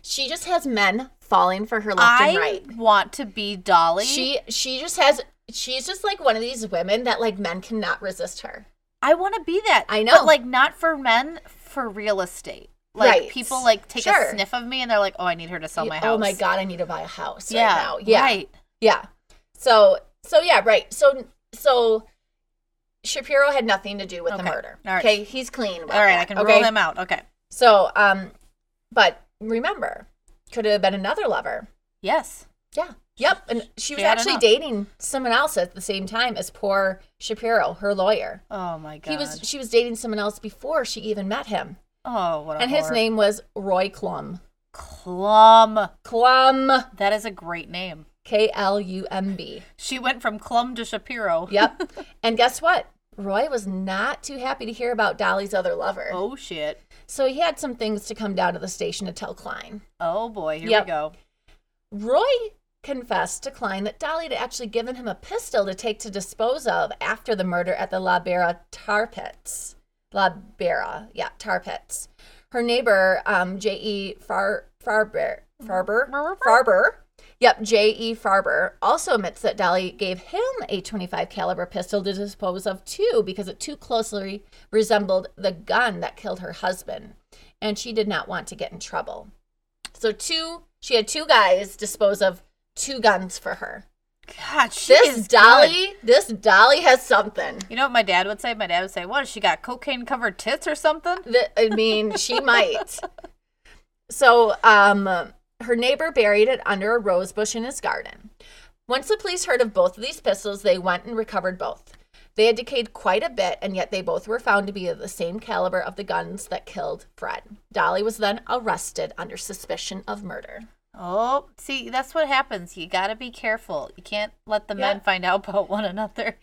S1: She just has men falling for her left
S2: I
S1: and right.
S2: want to be Dolly.
S1: She she just has she's just like one of these women that like men cannot resist her.
S2: I want to be that.
S1: I know.
S2: but like not for men, for real estate. Like
S1: Right.
S2: people like take
S1: Sure.
S2: a sniff of me, and they're like, "Oh, I need her to sell my house."
S1: Oh my god, I need to buy a house
S2: Yeah,
S1: right now. Yeah.
S2: right.
S1: Yeah. So so yeah, right. So so Shapiro had nothing to do with the
S2: Okay.
S1: murder.
S2: All right.
S1: Okay, he's clean. about
S2: All right, I
S1: that,
S2: can
S1: okay?
S2: roll him out. Okay.
S1: So um, but remember, could have been another lover.
S2: Yes.
S1: Yeah. Yep. And she was
S2: had
S1: actually
S2: enough.
S1: dating someone else at the same time as poor Shapiro, her lawyer.
S2: Oh my god.
S1: He was she was dating someone else before she even met him.
S2: Oh, what a
S1: and his
S2: horror.
S1: name was Roy Klum.
S2: Clum.
S1: Klum,
S2: That is a great name.
S1: K L U M B.
S2: She went from Clum to Shapiro.
S1: Yep. and guess what? Roy was not too happy to hear about Dolly's other lover.
S2: Oh shit.
S1: So he had some things to come down to the station to tell Klein.
S2: Oh boy. Here
S1: Yep.
S2: we go.
S1: Roy confessed to Klein that Dolly had actually given him a pistol to take to dispose of after the murder at the La Bera tar pits. La Bera, yeah, tar pits. Her neighbor, um, J.E. Far, Farber, Farber, Farber, yep, J.E. Farber, also admits that Dolly gave him a 25 caliber pistol to dispose of too because it too closely resembled the gun that killed her husband, and she did not want to get in trouble. So two, she had two guys dispose of two guns for her.
S2: God, she
S1: This
S2: is good.
S1: Dolly, this Dolly has something.
S2: You know what my dad would say? My dad would say, "What? has She got cocaine covered tits or something?"
S1: Th- I mean,
S2: [LAUGHS]
S1: she might. So, um, her neighbor buried it under a rose bush in his garden. Once the police heard of both of these pistols, they went and recovered both. They had decayed quite a bit, and yet they both were found to be of the same caliber of the guns that killed Fred. Dolly was then arrested under suspicion of murder.
S2: Oh, see, that's what happens. You got to be careful. You can't let the
S1: Yeah.
S2: men find out about one
S1: [LAUGHS]
S2: another.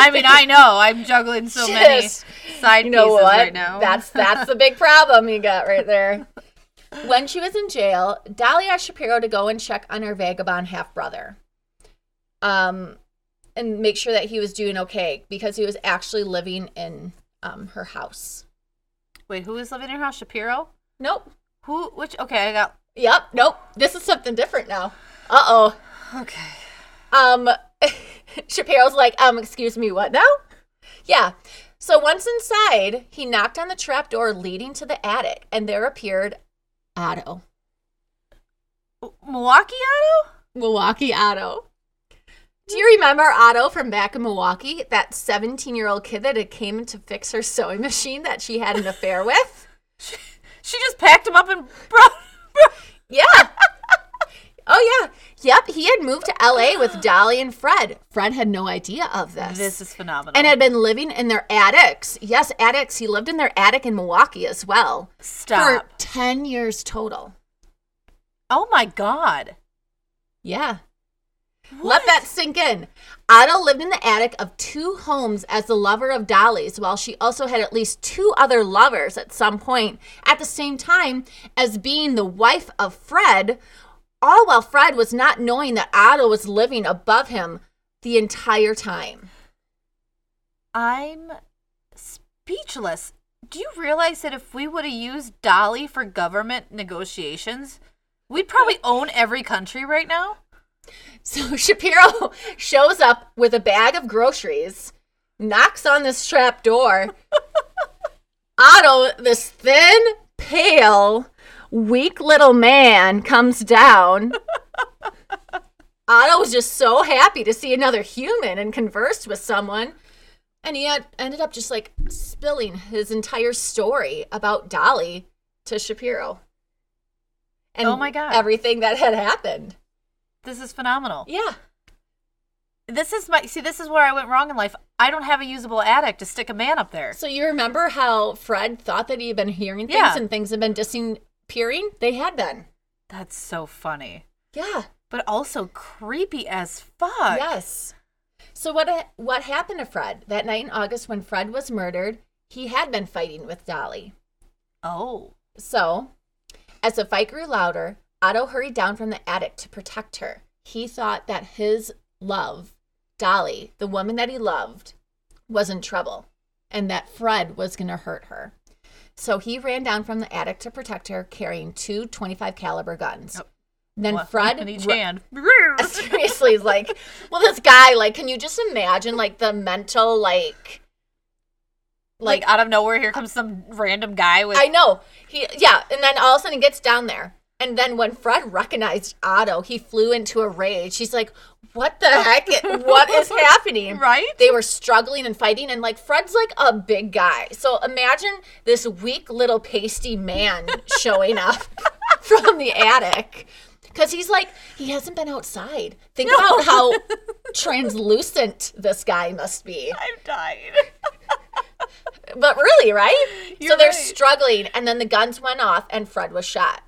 S2: I mean, I know I'm juggling so many
S1: Just-
S2: side pieces right now.
S1: That's that's the big problem you got right there. When she was in jail, Dolly asked Shapiro to go and check on her vagabond half brother, um, and make sure that he was doing okay because he was actually living in um, her house.
S2: wait. Who is living in your house? Shapiro?
S1: Nope.
S2: Who? Which? Okay, I got.
S1: Yep. Nope. This is something different now. Uh oh.
S2: Okay.
S1: Um, [LAUGHS] Shapiro's like, um, excuse me, what now? Yeah. So once inside, he knocked on the trap door leading to the attic, and there appeared Otto,
S2: Milwaukee Auto?
S1: Milwaukee Otto. Do you remember Otto from back in Milwaukee? That 17 year old kid that had came to fix her sewing machine that she had an affair with?
S2: She just packed him up and [LAUGHS] brought.
S1: Yeah. Oh, yeah. Yep. He had moved to LA with Dolly and Fred. Fred had no idea of this.
S2: This is phenomenal.
S1: and had been living in their attics. Yes, attics. He lived in their attic in Milwaukee as well
S2: Stop.
S1: for 10 years total.
S2: oh my god.
S1: Yeah. Let that sink in. Otto lived in the attic of two homes as the lover of Dolly's, while she also had at least two other lovers at some point at the same time as being the wife of Fred, all while Fred was not knowing that Otto was living above him the entire time.
S2: I'm speechless. Do you realize that if we would have used Dolly for government negotiations, we'd probably own every country right now?
S1: [LAUGHS] So Shapiro shows up with a bag of groceries, knocks on this trap
S2: [LAUGHS]
S1: door. Otto, this thin, pale, weak little man, comes
S2: [LAUGHS]
S1: down. Otto was just so happy to see another human and converse with someone. And he had, ended up just like spilling his entire story about Dolly to Shapiro. And
S2: Oh my God. Oh.
S1: everything that had happened.
S2: This is phenomenal.
S1: Yeah.
S2: This is my see. This is where I went wrong in life. I don't have a usable attic to stick a man up there.
S1: So you remember how Fred thought that he had been hearing things
S2: Yeah.
S1: and things had been disappearing? They had been.
S2: That's so funny,
S1: Yeah.
S2: but also creepy as fuck.
S1: Yes. So what what happened to Fred that night in August when Fred was murdered? He had been fighting with Dolly.
S2: Oh,
S1: So As the fight grew louder, Otto hurried down from the attic to protect her. He thought that his love, Dolly, the woman that he loved, was in trouble and that Fred was going to hurt her. So he ran down from the attic to protect her, carrying two 25 caliber guns.
S2: Yep.
S1: Then
S2: Well,
S1: Fred
S2: [LAUGHS] in each
S1: ru-
S2: hand.
S1: [LAUGHS] seriously like well this guy like can you just imagine like the mental like
S2: Like
S1: like
S2: out of nowhere, here comes some random guy with. [LAUGHS]
S1: i know he yeah and then all of a sudden he gets down there and then when fred recognized otto he flew into a rage he's like what the heck what is happening
S2: Right?
S1: they were struggling and fighting and like fred's like a big guy so imagine this weak little pasty man showing up [LAUGHS] from the attic because he's like he hasn't been outside think about how translucent this guy must be
S2: I've died.
S1: but really right
S2: You're
S1: so they're
S2: right.
S1: struggling and then the guns went off and fred was shot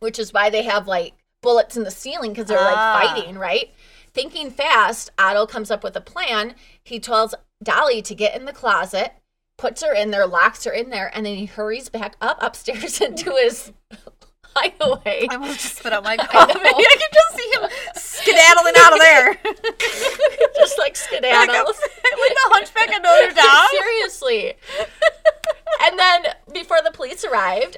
S1: which is why they have like bullets in the ceiling because they're
S2: Ah.
S1: like fighting right thinking fast otto comes up with a plan he tells dolly to get in the closet puts her in there locks her in there and then he hurries back up upstairs [LAUGHS] into his hideaway
S2: I almost just spit out
S1: [LAUGHS]
S2: my coffee. [LAUGHS] I, can just see him [LAUGHS] skedaddling out of [LAUGHS] there.
S1: just like
S2: like,
S1: skedaddles
S2: a, [LAUGHS] like the hunchback of [LAUGHS] Notre Dame.
S1: Seriously. [LAUGHS] and then before the police arrived,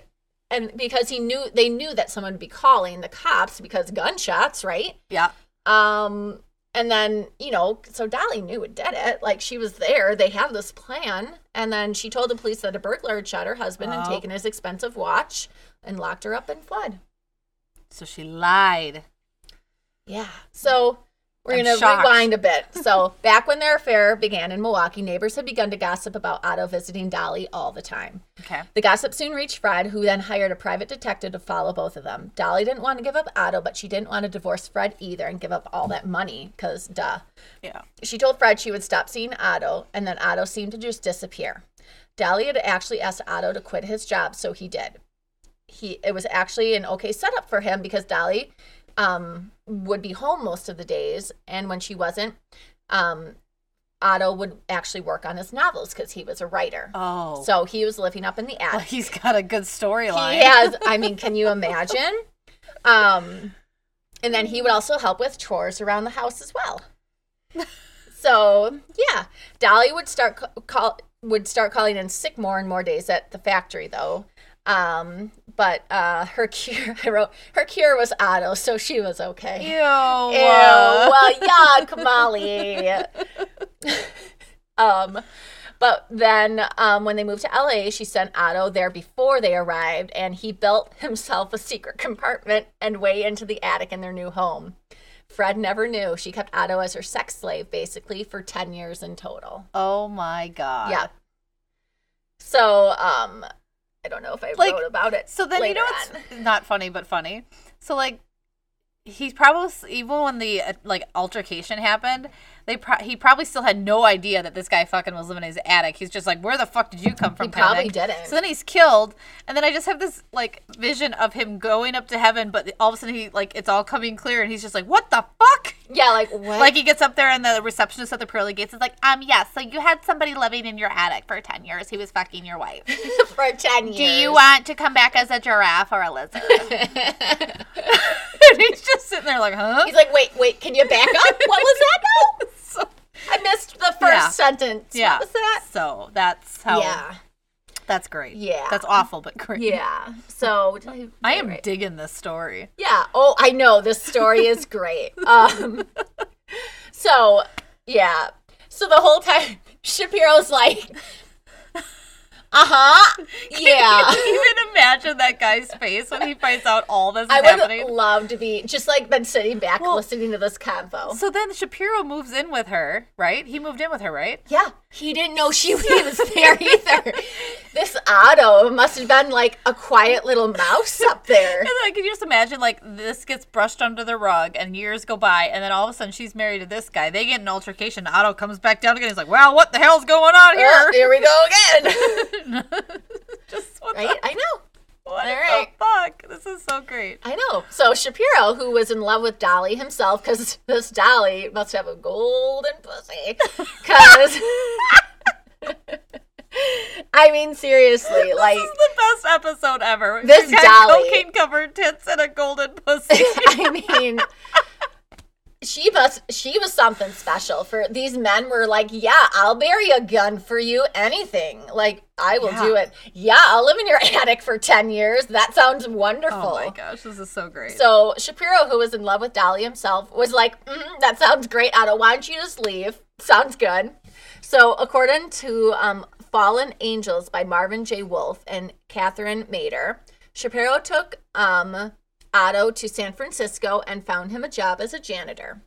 S1: and because he knew they knew that someone would be calling the cops because gunshots, right?
S2: Yeah.
S1: Um, and then, you know, so Dolly knew it did it. Like she was there. They had this plan. And then she told the police that a burglar had shot her husband and
S2: Oh.
S1: taken his expensive watch and locked her up and fled.
S2: So she lied.
S1: Yeah. So we're
S2: I'm
S1: going to
S2: shocked.
S1: rewind a bit. So, back when their affair began in Milwaukee, neighbors had begun to gossip about Otto visiting Dolly all the time.
S2: Okay.
S1: The gossip soon reached Fred, who then hired a private detective to follow both of them. Dolly didn't want to give up Otto, but she didn't want to divorce Fred either and give up all that money, because duh.
S2: Yeah.
S1: She told Fred she would stop seeing Otto, and then Otto seemed to just disappear. Dolly had actually asked Otto to quit his job, so he did. He it was actually an okay setup for him because Dolly um, would be home most of the days, and when she wasn't, um, Otto would actually work on his novels because he was a writer.
S2: Oh.
S1: So he was living up in the attic.
S2: Well, he's got a good storyline.
S1: He has. I mean, can you imagine? Um, and then he would also help with chores around the house as well. So yeah, Dolly would start ca- call would start calling in sick more and more days at the factory though. Um, but uh, her cure, [LAUGHS] I wrote her cure was Otto, so she was okay.
S2: Ew.
S1: Ew, well, yuck, Molly.
S2: [LAUGHS]
S1: um, but then um, when they moved to LA, she sent Otto there before they arrived, and he built himself a secret compartment and way into the attic in their new home. Fred never knew. She kept Otto as her sex slave, basically, for 10 years in total.
S2: Oh my god.
S1: yeah. So, um, I don't know if I
S2: Like,
S1: wrote about it.
S2: So then you
S1: later
S2: know it's
S1: on.
S2: not funny but funny. So like he probably even when the uh, like altercation happened, they pro- he probably still had no idea that this guy fucking was living in his attic. He's just like, where the fuck did you come from?
S1: He
S2: kinda
S1: probably
S2: thing.
S1: didn't.
S2: So then he's killed, and then I just have this like vision of him going up to heaven, but all of a sudden he like it's all coming clear, and he's just like, what the fuck?
S1: Yeah, like what?
S2: Like he gets up there and the receptionist at the pearly gates is like, um, yes, so you had somebody living in your attic for ten years. He was fucking your wife.
S1: [LAUGHS] for 10 years.
S2: Do you want to come back as a giraffe or
S1: [LAUGHS]
S2: a lizard? [LAUGHS] and he's just sitting there like, huh?
S1: He's like, wait, wait, can you back
S2: [LAUGHS]
S1: up? What was that now?
S2: So-
S1: I missed the first
S2: Yeah.
S1: sentence.
S2: yeah.
S1: What was that?
S2: So that's how.
S1: Yeah.
S2: That's great.
S1: Yeah.
S2: That's awful, but great.
S1: Yeah. So did I,
S2: I am
S1: right.
S2: digging this story.
S1: Yeah. Oh, I know. This story
S2: [LAUGHS]
S1: is great. Um so yeah. So the whole time [LAUGHS] Shapiro's
S2: [LAUGHS]
S1: like Uh-huh. [LAUGHS] Yeah.
S2: Can you even imagine that guy's face when he finds out all this is
S1: I would
S2: happening?
S1: love to be just like been sitting back
S2: Well-
S1: listening to this convo.
S2: so then Shapiro moves in with her, right? He moved in with her, right?
S1: Yeah, he didn't know
S2: [LAUGHS]
S1: she he was there either. this Otto must have been like a quiet little mouse up there.
S2: [LAUGHS] And like, can you just imagine, like, this gets brushed under the rug and years go by, and then all of a sudden she's married to this guy. They get in an altercation. Otto comes back down again. He's like, wow, what the hell's going on [LAUGHS]
S1: Oh,
S2: here?
S1: here we go again.
S2: just what
S1: [LAUGHS] right? I know.
S2: the, what
S1: All right.
S2: the fuck? This is so great.
S1: I know. So Shapiro, who was in love with Dolly himself, because this Dolly must have a golden pussy, because [LAUGHS] I mean, seriously, like
S2: This is the best episode ever. We've
S1: This
S2: got
S1: Dolly-
S2: cocaine covered tits and
S1: [LAUGHS]
S2: a golden pussy.
S1: I mean, she was she was something special. For these men were like, yeah, I'll bury a gun for you, anything. Like I will do
S2: Yeah.
S1: it. Yeah, I'll live in your [LAUGHS] attic for ten years. That sounds wonderful.
S2: oh my gosh, this is so great.
S1: So Shapiro, who was in love with Dolly himself, was like, mm, "That sounds great, Otto. Why don't you just leave? Sounds good." So, according to um, "Fallen Angels" by Marvin J. Wolfe and Catherine Mader, Shapiro took um, Otto to San Francisco and found him a job as a janitor.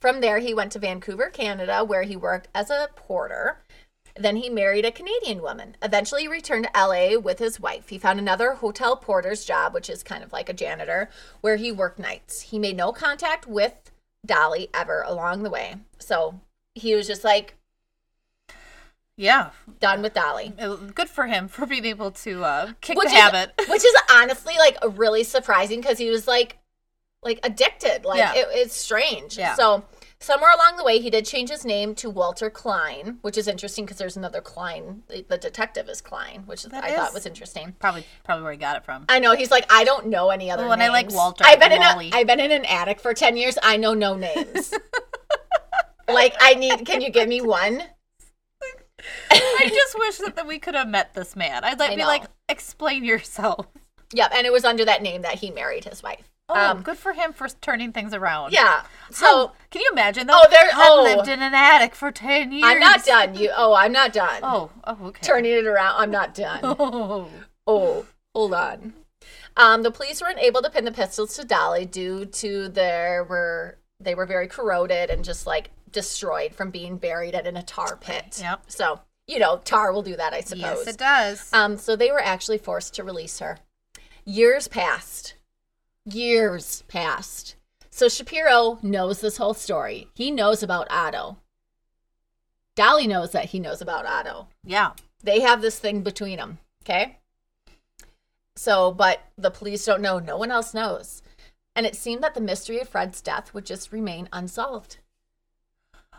S1: From there, he went to Vancouver, Canada, where he worked as a porter. Then he married a Canadian woman. Eventually, he returned to LA with his wife. He found another hotel porter's job, which is kind of like a janitor, where he worked nights. He made no contact with Dolly ever along the way. So he was just like
S2: yeah,
S1: done with Dolly.
S2: It- good for him for being able to uh, kick
S1: Which
S2: the
S1: is-
S2: habit.
S1: [LAUGHS]
S2: [LAUGHS]
S1: which is honestly like really surprising because he was like like addicted like
S2: Yeah.
S1: it, it's strange
S2: Yeah.
S1: so somewhere along the way he did change his name to walter klein which is interesting because there's another klein the, the detective is klein which is,
S2: That
S1: i thought
S2: is-
S1: was interesting
S2: probably, probably where he got
S1: [LAUGHS]
S2: it from.
S1: I know he's like I don't know any other.
S2: Oh, and I like
S1: names.
S2: Walter
S1: I've been
S2: Wally.
S1: in a, I've been in an attic for ten years. I know no
S2: [LAUGHS]
S1: names. like I need. Can you give me one?
S2: I just wish that, that we could have met this man. I'd like
S1: I
S2: be
S1: know.
S2: like, explain yourself.
S1: Yep. And it was under that name that he married his wife.
S2: Oh,
S1: Um,
S2: good for him for turning things around.
S1: Yeah. So
S2: So, can you imagine though?
S1: Oh, there-
S2: I
S1: oh.
S2: lived in an attic for ten years.
S1: I'm not done. You. Oh, I'm not done.
S2: Oh, oh, okay.
S1: Turning it around. I'm not done.
S2: [LAUGHS] Oh,
S1: Oh, hold on. Um, the police were unable to pin the pistols to Dolly due to their were they were very corroded and just like destroyed from being buried at in a tar pit.
S2: Yep.
S1: So you know, tar will do that, I suppose.
S2: yes, it does.
S1: Um, so they were actually forced to release her. Years passed. Years passed. So Shapiro knows this whole story. He knows about Otto. Dolly knows that he knows about Otto.
S2: yeah.
S1: They have this thing between them, okay? So, but the police don't know. No one else knows. And it seemed that the mystery of Fred's death would just remain unsolved.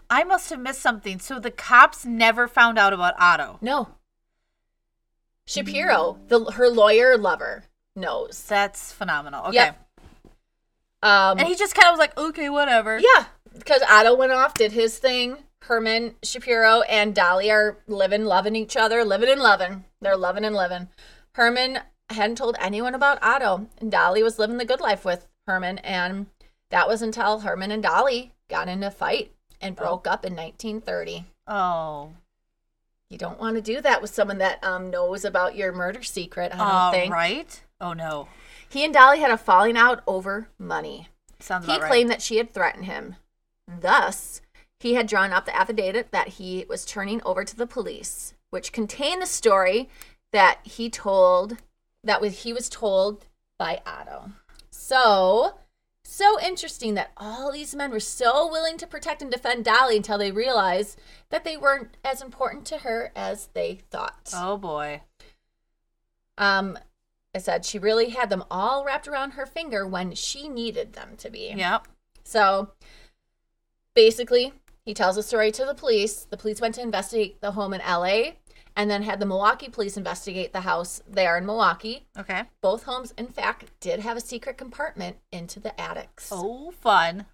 S2: I must have missed something. So the cops never found out about Otto.
S1: No. Shapiro, the, her lawyer lover, knows.
S2: That's phenomenal. Okay.
S1: Yep. Um,
S2: And he just kind of was like, okay, whatever.
S1: Yeah, because Otto went off, did his thing. Herman Shapiro and Dolly are living, loving each other, living and loving. They're loving and living. Herman hadn't told anyone about Otto, and Dolly was living the good life with Herman, and that was until Herman and Dolly got in a fight and broke up in 1930.
S2: Oh.
S1: You don't want to do that with someone that um, knows about your murder secret. I don't
S2: Oh,
S1: think
S2: right. Oh no.
S1: he and Dolly had a falling out over money.
S2: Sounds
S1: He
S2: about right.
S1: claimed that she had threatened him. Thus, he had drawn up the affidavit that he was turning over to the police, which contained the story that he told that was he was told by Otto. So, so interesting that all these men were so willing to protect and defend Dolly until they realized that they weren't as important to her as they thought.
S2: Oh boy.
S1: Um, I said she really had them all wrapped around her finger when she needed them to be.
S2: Yep.
S1: So basically, he tells the story to the police. The police went to investigate the home in LA and then had the Milwaukee police investigate the house there in Milwaukee.
S2: Okay.
S1: Both homes, in fact, did have a secret compartment into the attics.
S2: Oh, fun.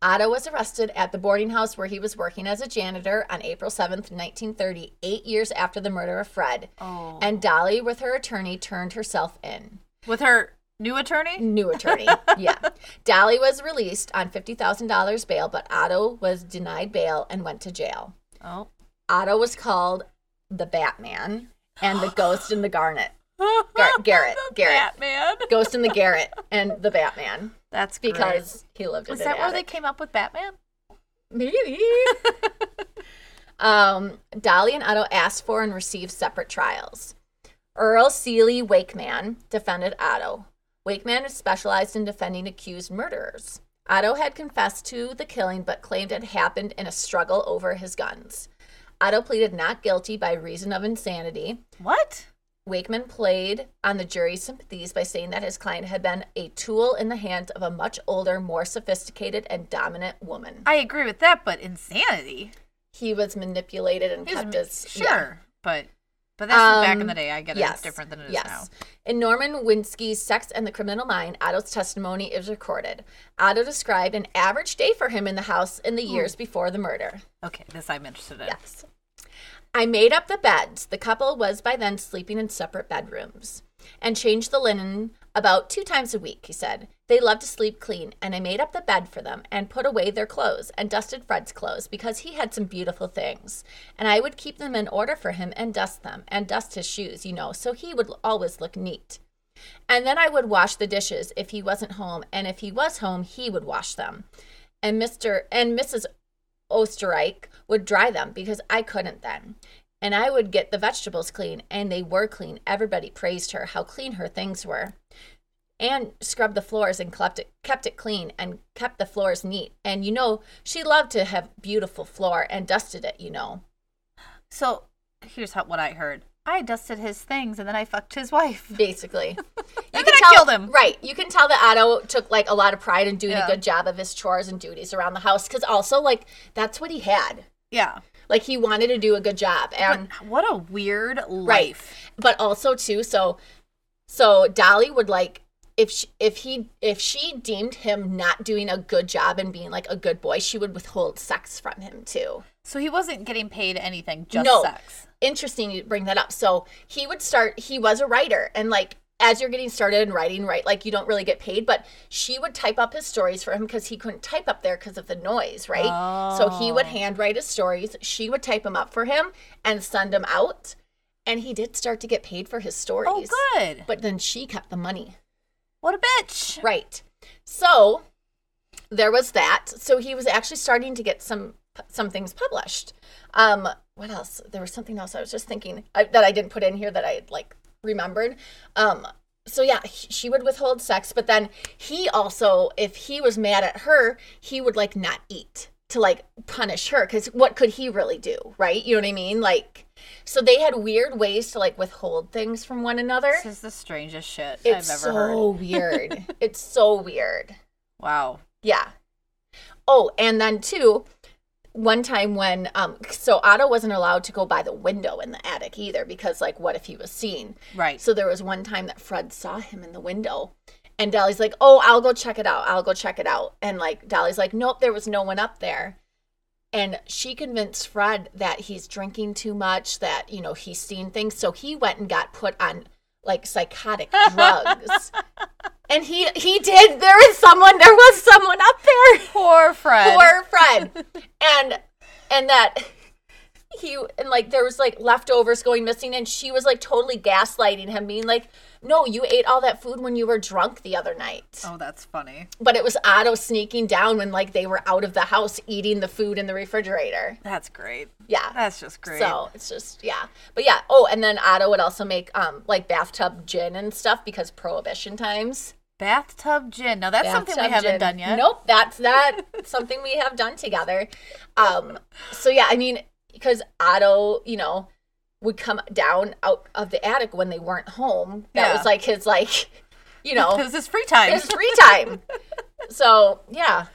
S1: Otto was arrested at the boarding house where he was working as a janitor on April 7th, 1930, eight years after the murder of Fred.
S2: Oh.
S1: And Dolly, with her attorney, turned herself in.
S2: With her new attorney?
S1: New attorney.
S2: [LAUGHS]
S1: yeah. Dolly was released on $50,000 bail, but Otto was denied bail and went to jail.
S2: Oh.
S1: Otto was called the Batman and the Ghost in the Garnet. Gar-
S2: [LAUGHS]
S1: Garrett. Garrett.
S2: Batman.
S1: Ghost in the Garrett and the Batman
S2: That's great.
S1: because he lived in
S2: was
S1: an
S2: that where they
S1: attic.
S2: came up with Batman?
S1: Maybe. um, Dolly and Otto asked for and received separate trials. Earl Seeley Wakeman defended Otto. Wakeman is specialized in defending accused murderers. Otto had confessed to the killing but claimed it happened in a struggle over his guns. Otto pleaded not guilty by reason of insanity.
S2: [LAUGHS] What?
S1: Wakeman played on the jury's sympathies by saying that his client had been a tool in the hands of a much older, more sophisticated, and dominant woman.
S2: I agree with that, but insanity.
S1: He was manipulated and
S2: He's-
S1: kept his.
S2: sure,
S1: yeah.
S2: but But that's
S1: Um,
S2: back in the day. I get it.
S1: yes,
S2: It's different than it is
S1: yes.
S2: now.
S1: In Norman Winsky's Sex and the Criminal Mind, Otto's testimony is recorded. Otto described an average day for him in the house in the
S2: Hmm.
S1: years before the murder.
S2: Okay, this I'm interested in.
S1: Yes. I made up the beds. The couple was by then sleeping in separate bedrooms and changed the linen about two times a week, he said. They loved to sleep clean, and I made up the bed for them and put away their clothes and dusted Fred's clothes because he had some beautiful things. And I would keep them in order for him and dust them and dust his shoes, you know, so he would always look neat. And then I would wash the dishes if he wasn't home, and if he was home, he would wash them. And Mr. and Mrs. Osterreich would dry them because I couldn't then. And I would get the vegetables clean, and they were clean. Everybody praised her how clean her things were. And scrubbed the floors and kept it, kept it clean and kept the floors neat. And you know, she loved to have beautiful floor and dusted it, you know.
S2: So here's how, what I heard. I dusted his things and then I fucked his wife. [LAUGHS]
S1: basically. You
S2: And
S1: can
S2: then I
S1: tell,
S2: killed him.
S1: Right. You can tell that Otto took like a lot of pride in doing
S2: Yeah.
S1: a good job of his chores and duties around the house because also like that's what he had.
S2: Yeah.
S1: Like he wanted to do a good job and
S2: But what a weird
S1: right,
S2: life.
S1: but also too so so Dolly would like if she, if he if she deemed him not doing a good job and being like a good boy, she would withhold sex from him too.
S2: So he wasn't getting paid anything, just
S1: No.
S2: sex.
S1: interesting you bring that up. So he would start. He was a writer, and like as you're getting started in writing, right, like you don't really get paid. But she would type up his stories for him because he couldn't type up there because of the noise, right? So he would
S2: Oh.
S1: handwrite his stories. She would type them up for him and send them out. And he did start to get paid for his stories.
S2: Oh, good.
S1: But then she kept the money.
S2: What a bitch.
S1: Right. So there was that. So he was actually starting to get some some things published. Um, what else? There was something else I was just thinking I, that I didn't put in here that I had like remembered. Um, so yeah, he- she would withhold sex, but then he also, if he was mad at her, he would like not eat to like punish her because what could he really do, right? You know what I mean? Like, so they had weird ways to like withhold things from one another.
S2: This is the strangest shit
S1: It's
S2: I've ever heard. [LAUGHS]
S1: so weird. it's so weird.
S2: Wow.
S1: Yeah. Oh, and then too, one time when um so Otto wasn't allowed to go by the window in the attic either because like what if he was seen?
S2: Right.
S1: So there was one time that Fred saw him in the window and Dolly's like, "Oh, I'll go check it out. I'll go check it out." And like Dolly's like, "Nope, there was no one up there." And she convinced Fred that he's drinking too much, that, you know, he's seen things. So he went and got put on like
S2: [LAUGHS]
S1: psychotic drugs. and he he did. There was someone, there was someone up there
S2: Poor Fred.
S1: poor Fred, and and that he and like there was like leftovers going missing, and she was like totally gaslighting him, being like, "No, you ate all that food when you were drunk the other night."
S2: Oh, that's funny.
S1: But it was Otto sneaking down when like they were out of the house eating the food in the refrigerator.
S2: That's great.
S1: Yeah.
S2: That's just great.
S1: So it's just yeah, but yeah. Oh, and then Otto would also make um like bathtub gin and stuff because prohibition times.
S2: Bathtub gin. Now that's something we
S1: bathtub
S2: haven't
S1: gin.
S2: done yet. [LAUGHS]
S1: Nope, that's that [LAUGHS] something we have done together. Um, so yeah, I mean, because Otto, you know, would come down out of the attic when they weren't home. That
S2: Yeah.
S1: was like his like, you know,
S2: [LAUGHS] This is free time.
S1: his free
S2: [LAUGHS]
S1: time. So yeah,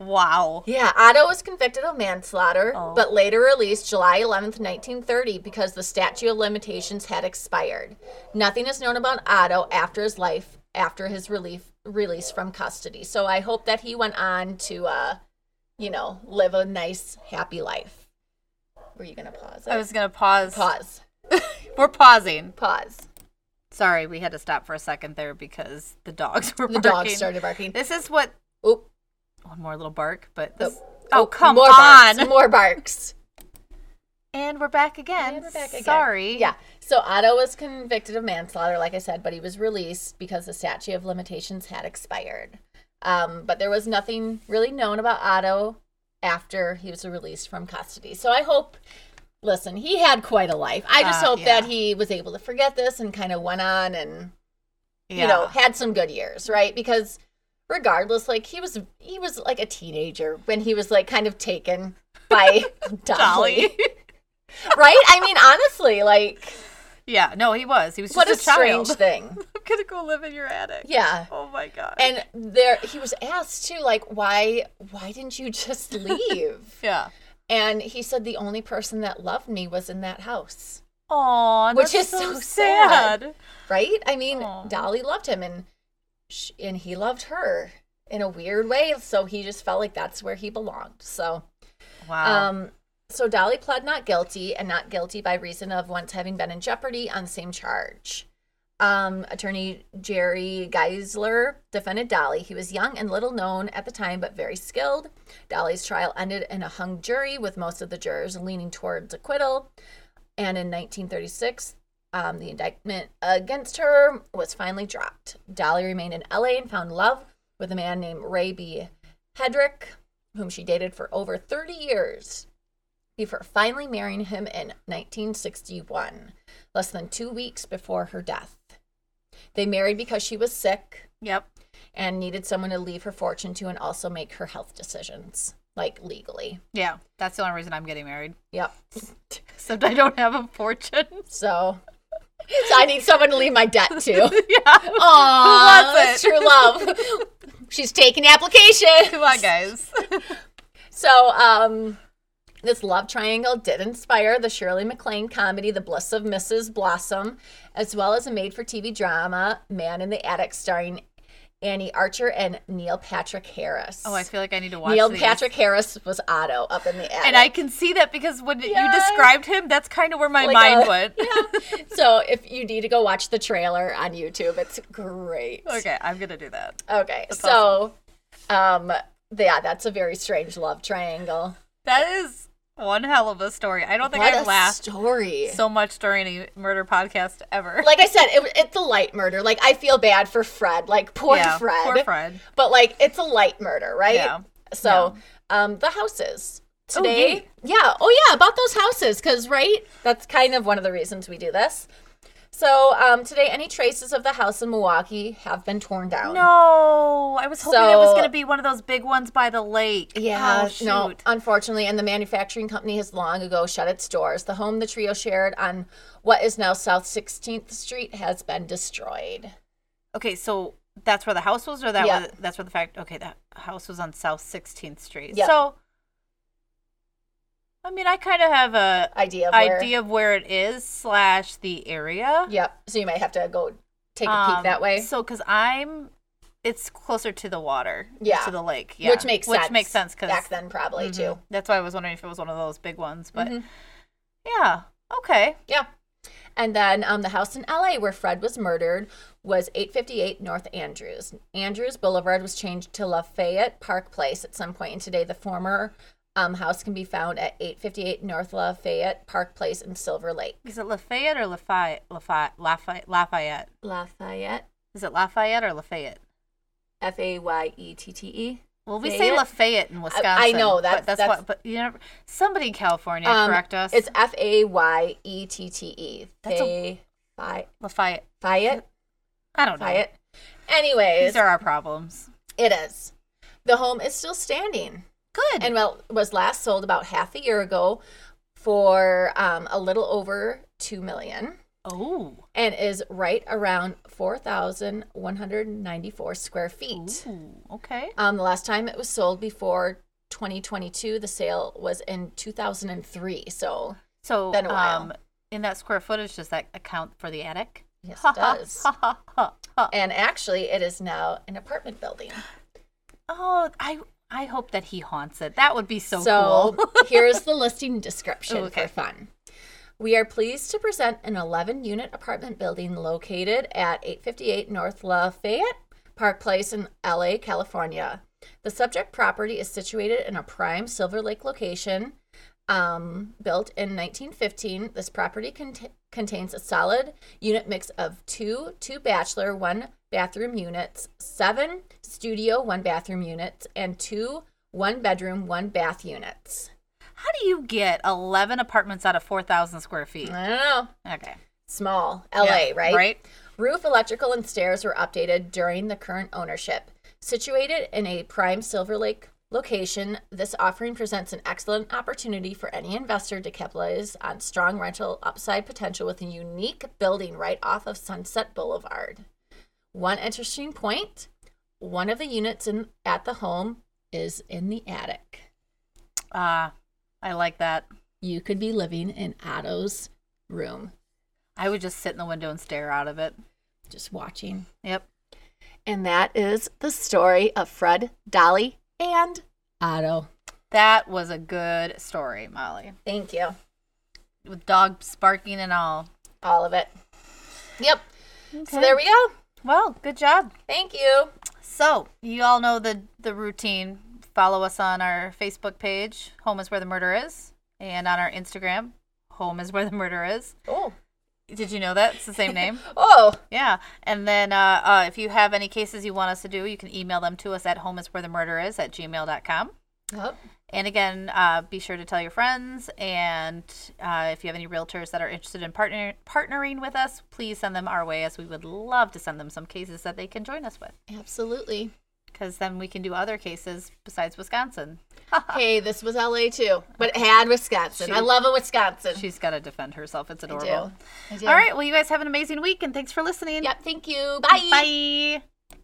S2: wow.
S1: yeah. Otto was convicted of manslaughter,
S2: Oh.
S1: but later released July 11th, 1930, because the statute of limitations had expired. Nothing is known about Otto after his life, after his relief release from custody. So I hope that he went on to, uh, you know, live a nice, happy life. Were you gonna pause? It?
S2: I was gonna pause.
S1: pause.
S2: We're pausing.
S1: Pause.
S2: Sorry, we had to stop for a second there because the dogs [LAUGHS] were
S1: The
S2: barking.
S1: dog started barking.
S2: This is what
S1: Oop.
S2: one more little bark, but this.
S1: Nope.
S2: Oh, come
S1: more
S2: on!
S1: Barks, more barks.
S2: And we're back again.
S1: And we're back again.
S2: Sorry.
S1: Yeah. So Otto was convicted of manslaughter, like I said, but he was released because the statute of limitations had expired. Um, but there was nothing really known about Otto after he was released from custody. So I hope, listen, he had quite a life. I just
S2: Uh,
S1: hope
S2: yeah.
S1: that he was able to forget this and kind of went on and
S2: Yeah.
S1: you know had some good years, right? Because regardless, like he was he was like a teenager when he was like kind of taken by [LAUGHS] Dolly
S2: Dolly.
S1: right? I mean, honestly, like,
S2: [LAUGHS] yeah. No, he was. He was just
S1: what a,
S2: a, child.
S1: strange thing.
S2: [LAUGHS] I'm gonna go live in your attic.
S1: Yeah.
S2: Oh my god.
S1: And there, he was asked too, like, why, why didn't you just leave?
S2: [LAUGHS] yeah.
S1: and he said the only person that loved me was in that house.
S2: Aw,
S1: Which
S2: that's
S1: is so sad.
S2: sad.
S1: right? I mean,
S2: Aw.
S1: Dolly loved him and sh and he loved her in a weird way, so he just felt like that's where he belonged. So,
S2: Wow.
S1: um so Dolly pled not guilty and not guilty by reason of once having been in jeopardy on same charge. Um, attorney Jerry Geisler defended Dolly. He was young and little known at the time, but very skilled. Dolly's trial ended in a hung jury, with most of the jurors leaning towards acquittal. And in 1936, um, the indictment against her was finally dropped. Dolly remained in LA and found love with a man named Ray B. Hedrick, whom she dated for over 30 years before finally marrying him in 1961, less than two weeks before her death. They married because she was sick
S2: yep.
S1: and needed someone to leave her fortune to and also make her health decisions, like legally.
S2: Yeah. That's the only reason I'm getting married. [LAUGHS]
S1: Yep. [LAUGHS]
S2: Except I don't have a fortune. [LAUGHS]
S1: So, so I need someone to leave my debt to.
S2: [LAUGHS] yeah.
S1: Aw,
S2: wants
S1: that's
S2: it?
S1: true love.
S2: [LAUGHS]
S1: She's taking applications.
S2: Come on, guys.
S1: So, um, this love triangle did inspire the Shirley MacLaine comedy The Bliss of Mrs. Blossom, as well as a made for TV drama, Man in the Attic, starring Annie Archer and Neil Patrick Harris.
S2: [LAUGHS] Oh, I feel like I need to watch
S1: Neil
S2: these.
S1: Patrick Harris was Otto up in the attic.
S2: And I can see that because when
S1: Yes.
S2: you described him, that's kind of where my
S1: Like
S2: mind
S1: a- [LAUGHS]
S2: went.
S1: so, if you need to go watch the trailer on YouTube, it's great.
S2: okay, I'm gonna do that.
S1: Okay, so,
S2: awesome.
S1: um, yeah, that's a very strange love triangle.
S2: That is one hell of a story. I don't think
S1: What
S2: I've
S1: a
S2: laughed
S1: story!
S2: so much during a murder podcast ever.
S1: like I said, it, it's a light murder. Like I feel bad for Fred, like [LAUGHS] poor
S2: yeah,
S1: Fred.
S2: Poor Fred.
S1: But like it's a light murder, right?
S2: Yeah.
S1: So, um, the houses
S2: Oh,
S1: today.
S2: neat.
S1: yeah. Oh yeah, about those houses, because right, that's kind of one of the reasons we do this. So um, today, any traces of the house in Milwaukee have been torn down.
S2: No, I was hoping it was
S1: So-
S2: gonna be one of those big ones by the lake.
S1: Yeah,
S2: Oh, shoot.
S1: no, unfortunately, and the manufacturing company has long ago shut its doors. The home the trio shared on what is now South 16th Street has been destroyed.
S2: Okay, so that's where the house was, or that
S1: Yeah.
S2: was, that's where the fact. Okay, that house was on South 16th Street.
S1: Yeah.
S2: So, I mean, I kind of have a
S1: Idea of where-
S2: idea of where it is slash the area.
S1: Yep. So you might have to go take a peek
S2: Um,
S1: that way.
S2: So, because I'm, it's closer to the water.
S1: Yeah.
S2: To the lake. Yeah.
S1: Which makes sense.
S2: Which makes sense Mm-hmm. because
S1: back then probably too. Mm-hmm.
S2: That's why I was wondering if it was one of those big ones, but yeah. Okay.
S1: Yeah. And then um, the house in LA where Fred was murdered was 858 North Andrews. Andrews Boulevard was changed to Lafayette Park Place at some point, and today the former um, house can be found at 858 North Lafayette Park Place in Silver Lake.
S2: Is it Lafayette or Lafayette? Lafayette. Lafayette. Lafayette.
S1: Lafayette,
S2: Is it Lafayette or Lafayette?
S1: F A Y E T T E.
S2: Well, we say
S1: Fayette?
S2: Lafayette in Wisconsin.
S1: know,
S2: but
S1: that's-
S2: that's,
S1: that's-
S2: what. But you know, somebody in California correct us.
S1: Um, It's F A Y E T T E.
S2: That's
S1: Fayette.
S2: a- Lafayette.
S1: Fayette.
S2: I don't know.
S1: Fayette. Anyways,
S2: Oh, These are our problems.
S1: It is. The home is still standing
S2: Good.
S1: and well was last sold about half a year ago for um, a little over two million
S2: oh.
S1: and is right around four thousand one hundred ninety four square feet.
S2: Ooh, okay.
S1: Um, the last time it was sold before 2022, the sale was in 2003. So
S2: So,
S1: Been a while.
S2: um, in that square footage, does that account for the attic?
S1: yes, it does.
S2: oh,
S1: and actually, it is now an apartment building.
S2: Oh, I I hope that he haunts it. That would be so,
S1: So
S2: cool.
S1: [LAUGHS] here's the listing description
S2: Ooh, okay.
S1: for fun. We are pleased to present an 11 unit apartment building located at 858 North Lafayette Park Place in LA, California. The subject property is situated in a prime Silver Lake location. Um, built in 1915, this property cont- contains a solid unit mix of two two bachelor, one bathroom units, seven studio, one bathroom units, and two one bedroom, one bath units.
S2: How do you get eleven apartments out of four thousand square feet?
S1: I don't know.
S2: Okay.
S1: Small, LA,
S2: Yeah,
S1: right?
S2: Right.
S1: Roof, electrical, and stairs were updated during the current ownership. Situated in a prime Silver Lake location, this offering presents an excellent opportunity for any investor to capitalize on strong rental upside potential with a unique building right off of Sunset Boulevard. One interesting point one of the units in, at the home is in the attic.
S2: Ah, I like that.
S1: You could be living in Otto's room
S2: I would just sit in the window and stare out of it.
S1: Just watching.
S2: Yep.
S1: And that is the story of Fred, Dolly, and Otto.
S2: That was a good story, Molly.
S1: Thank you.
S2: With dogs barking and all.
S1: All of it. Yep. So there we go.
S2: Well, good job.
S1: Thank you.
S2: So you all know the the routine. Follow us on our Facebook page, Home is Where the Murder Is, and on our Instagram, Home is Where the Murder Is.
S1: Oh.
S2: Did you know that? It's the same name.
S1: Oh.
S2: Yeah. And then uh, uh, if you have any cases you want us to do, you can email them to us at home is where the murder is at gmail.com.
S1: Yep.
S2: And again, uh, be sure to tell your friends. And uh, if you have any realtors that are interested in partner- partnering with us, please send them our way as we would love to send them some cases that they can join us with
S1: [LAUGHS] Absolutely.
S2: because then we can do other cases besides Wisconsin.
S1: hey, this was LA too, but it had Wisconsin. I love a Wisconsin.
S2: She's got to defend herself. It's
S1: I do.
S2: adorable.
S1: I do.
S2: All right. Well, you guys have an amazing week and thanks for listening.
S1: Yep. Thank you.
S2: Bye.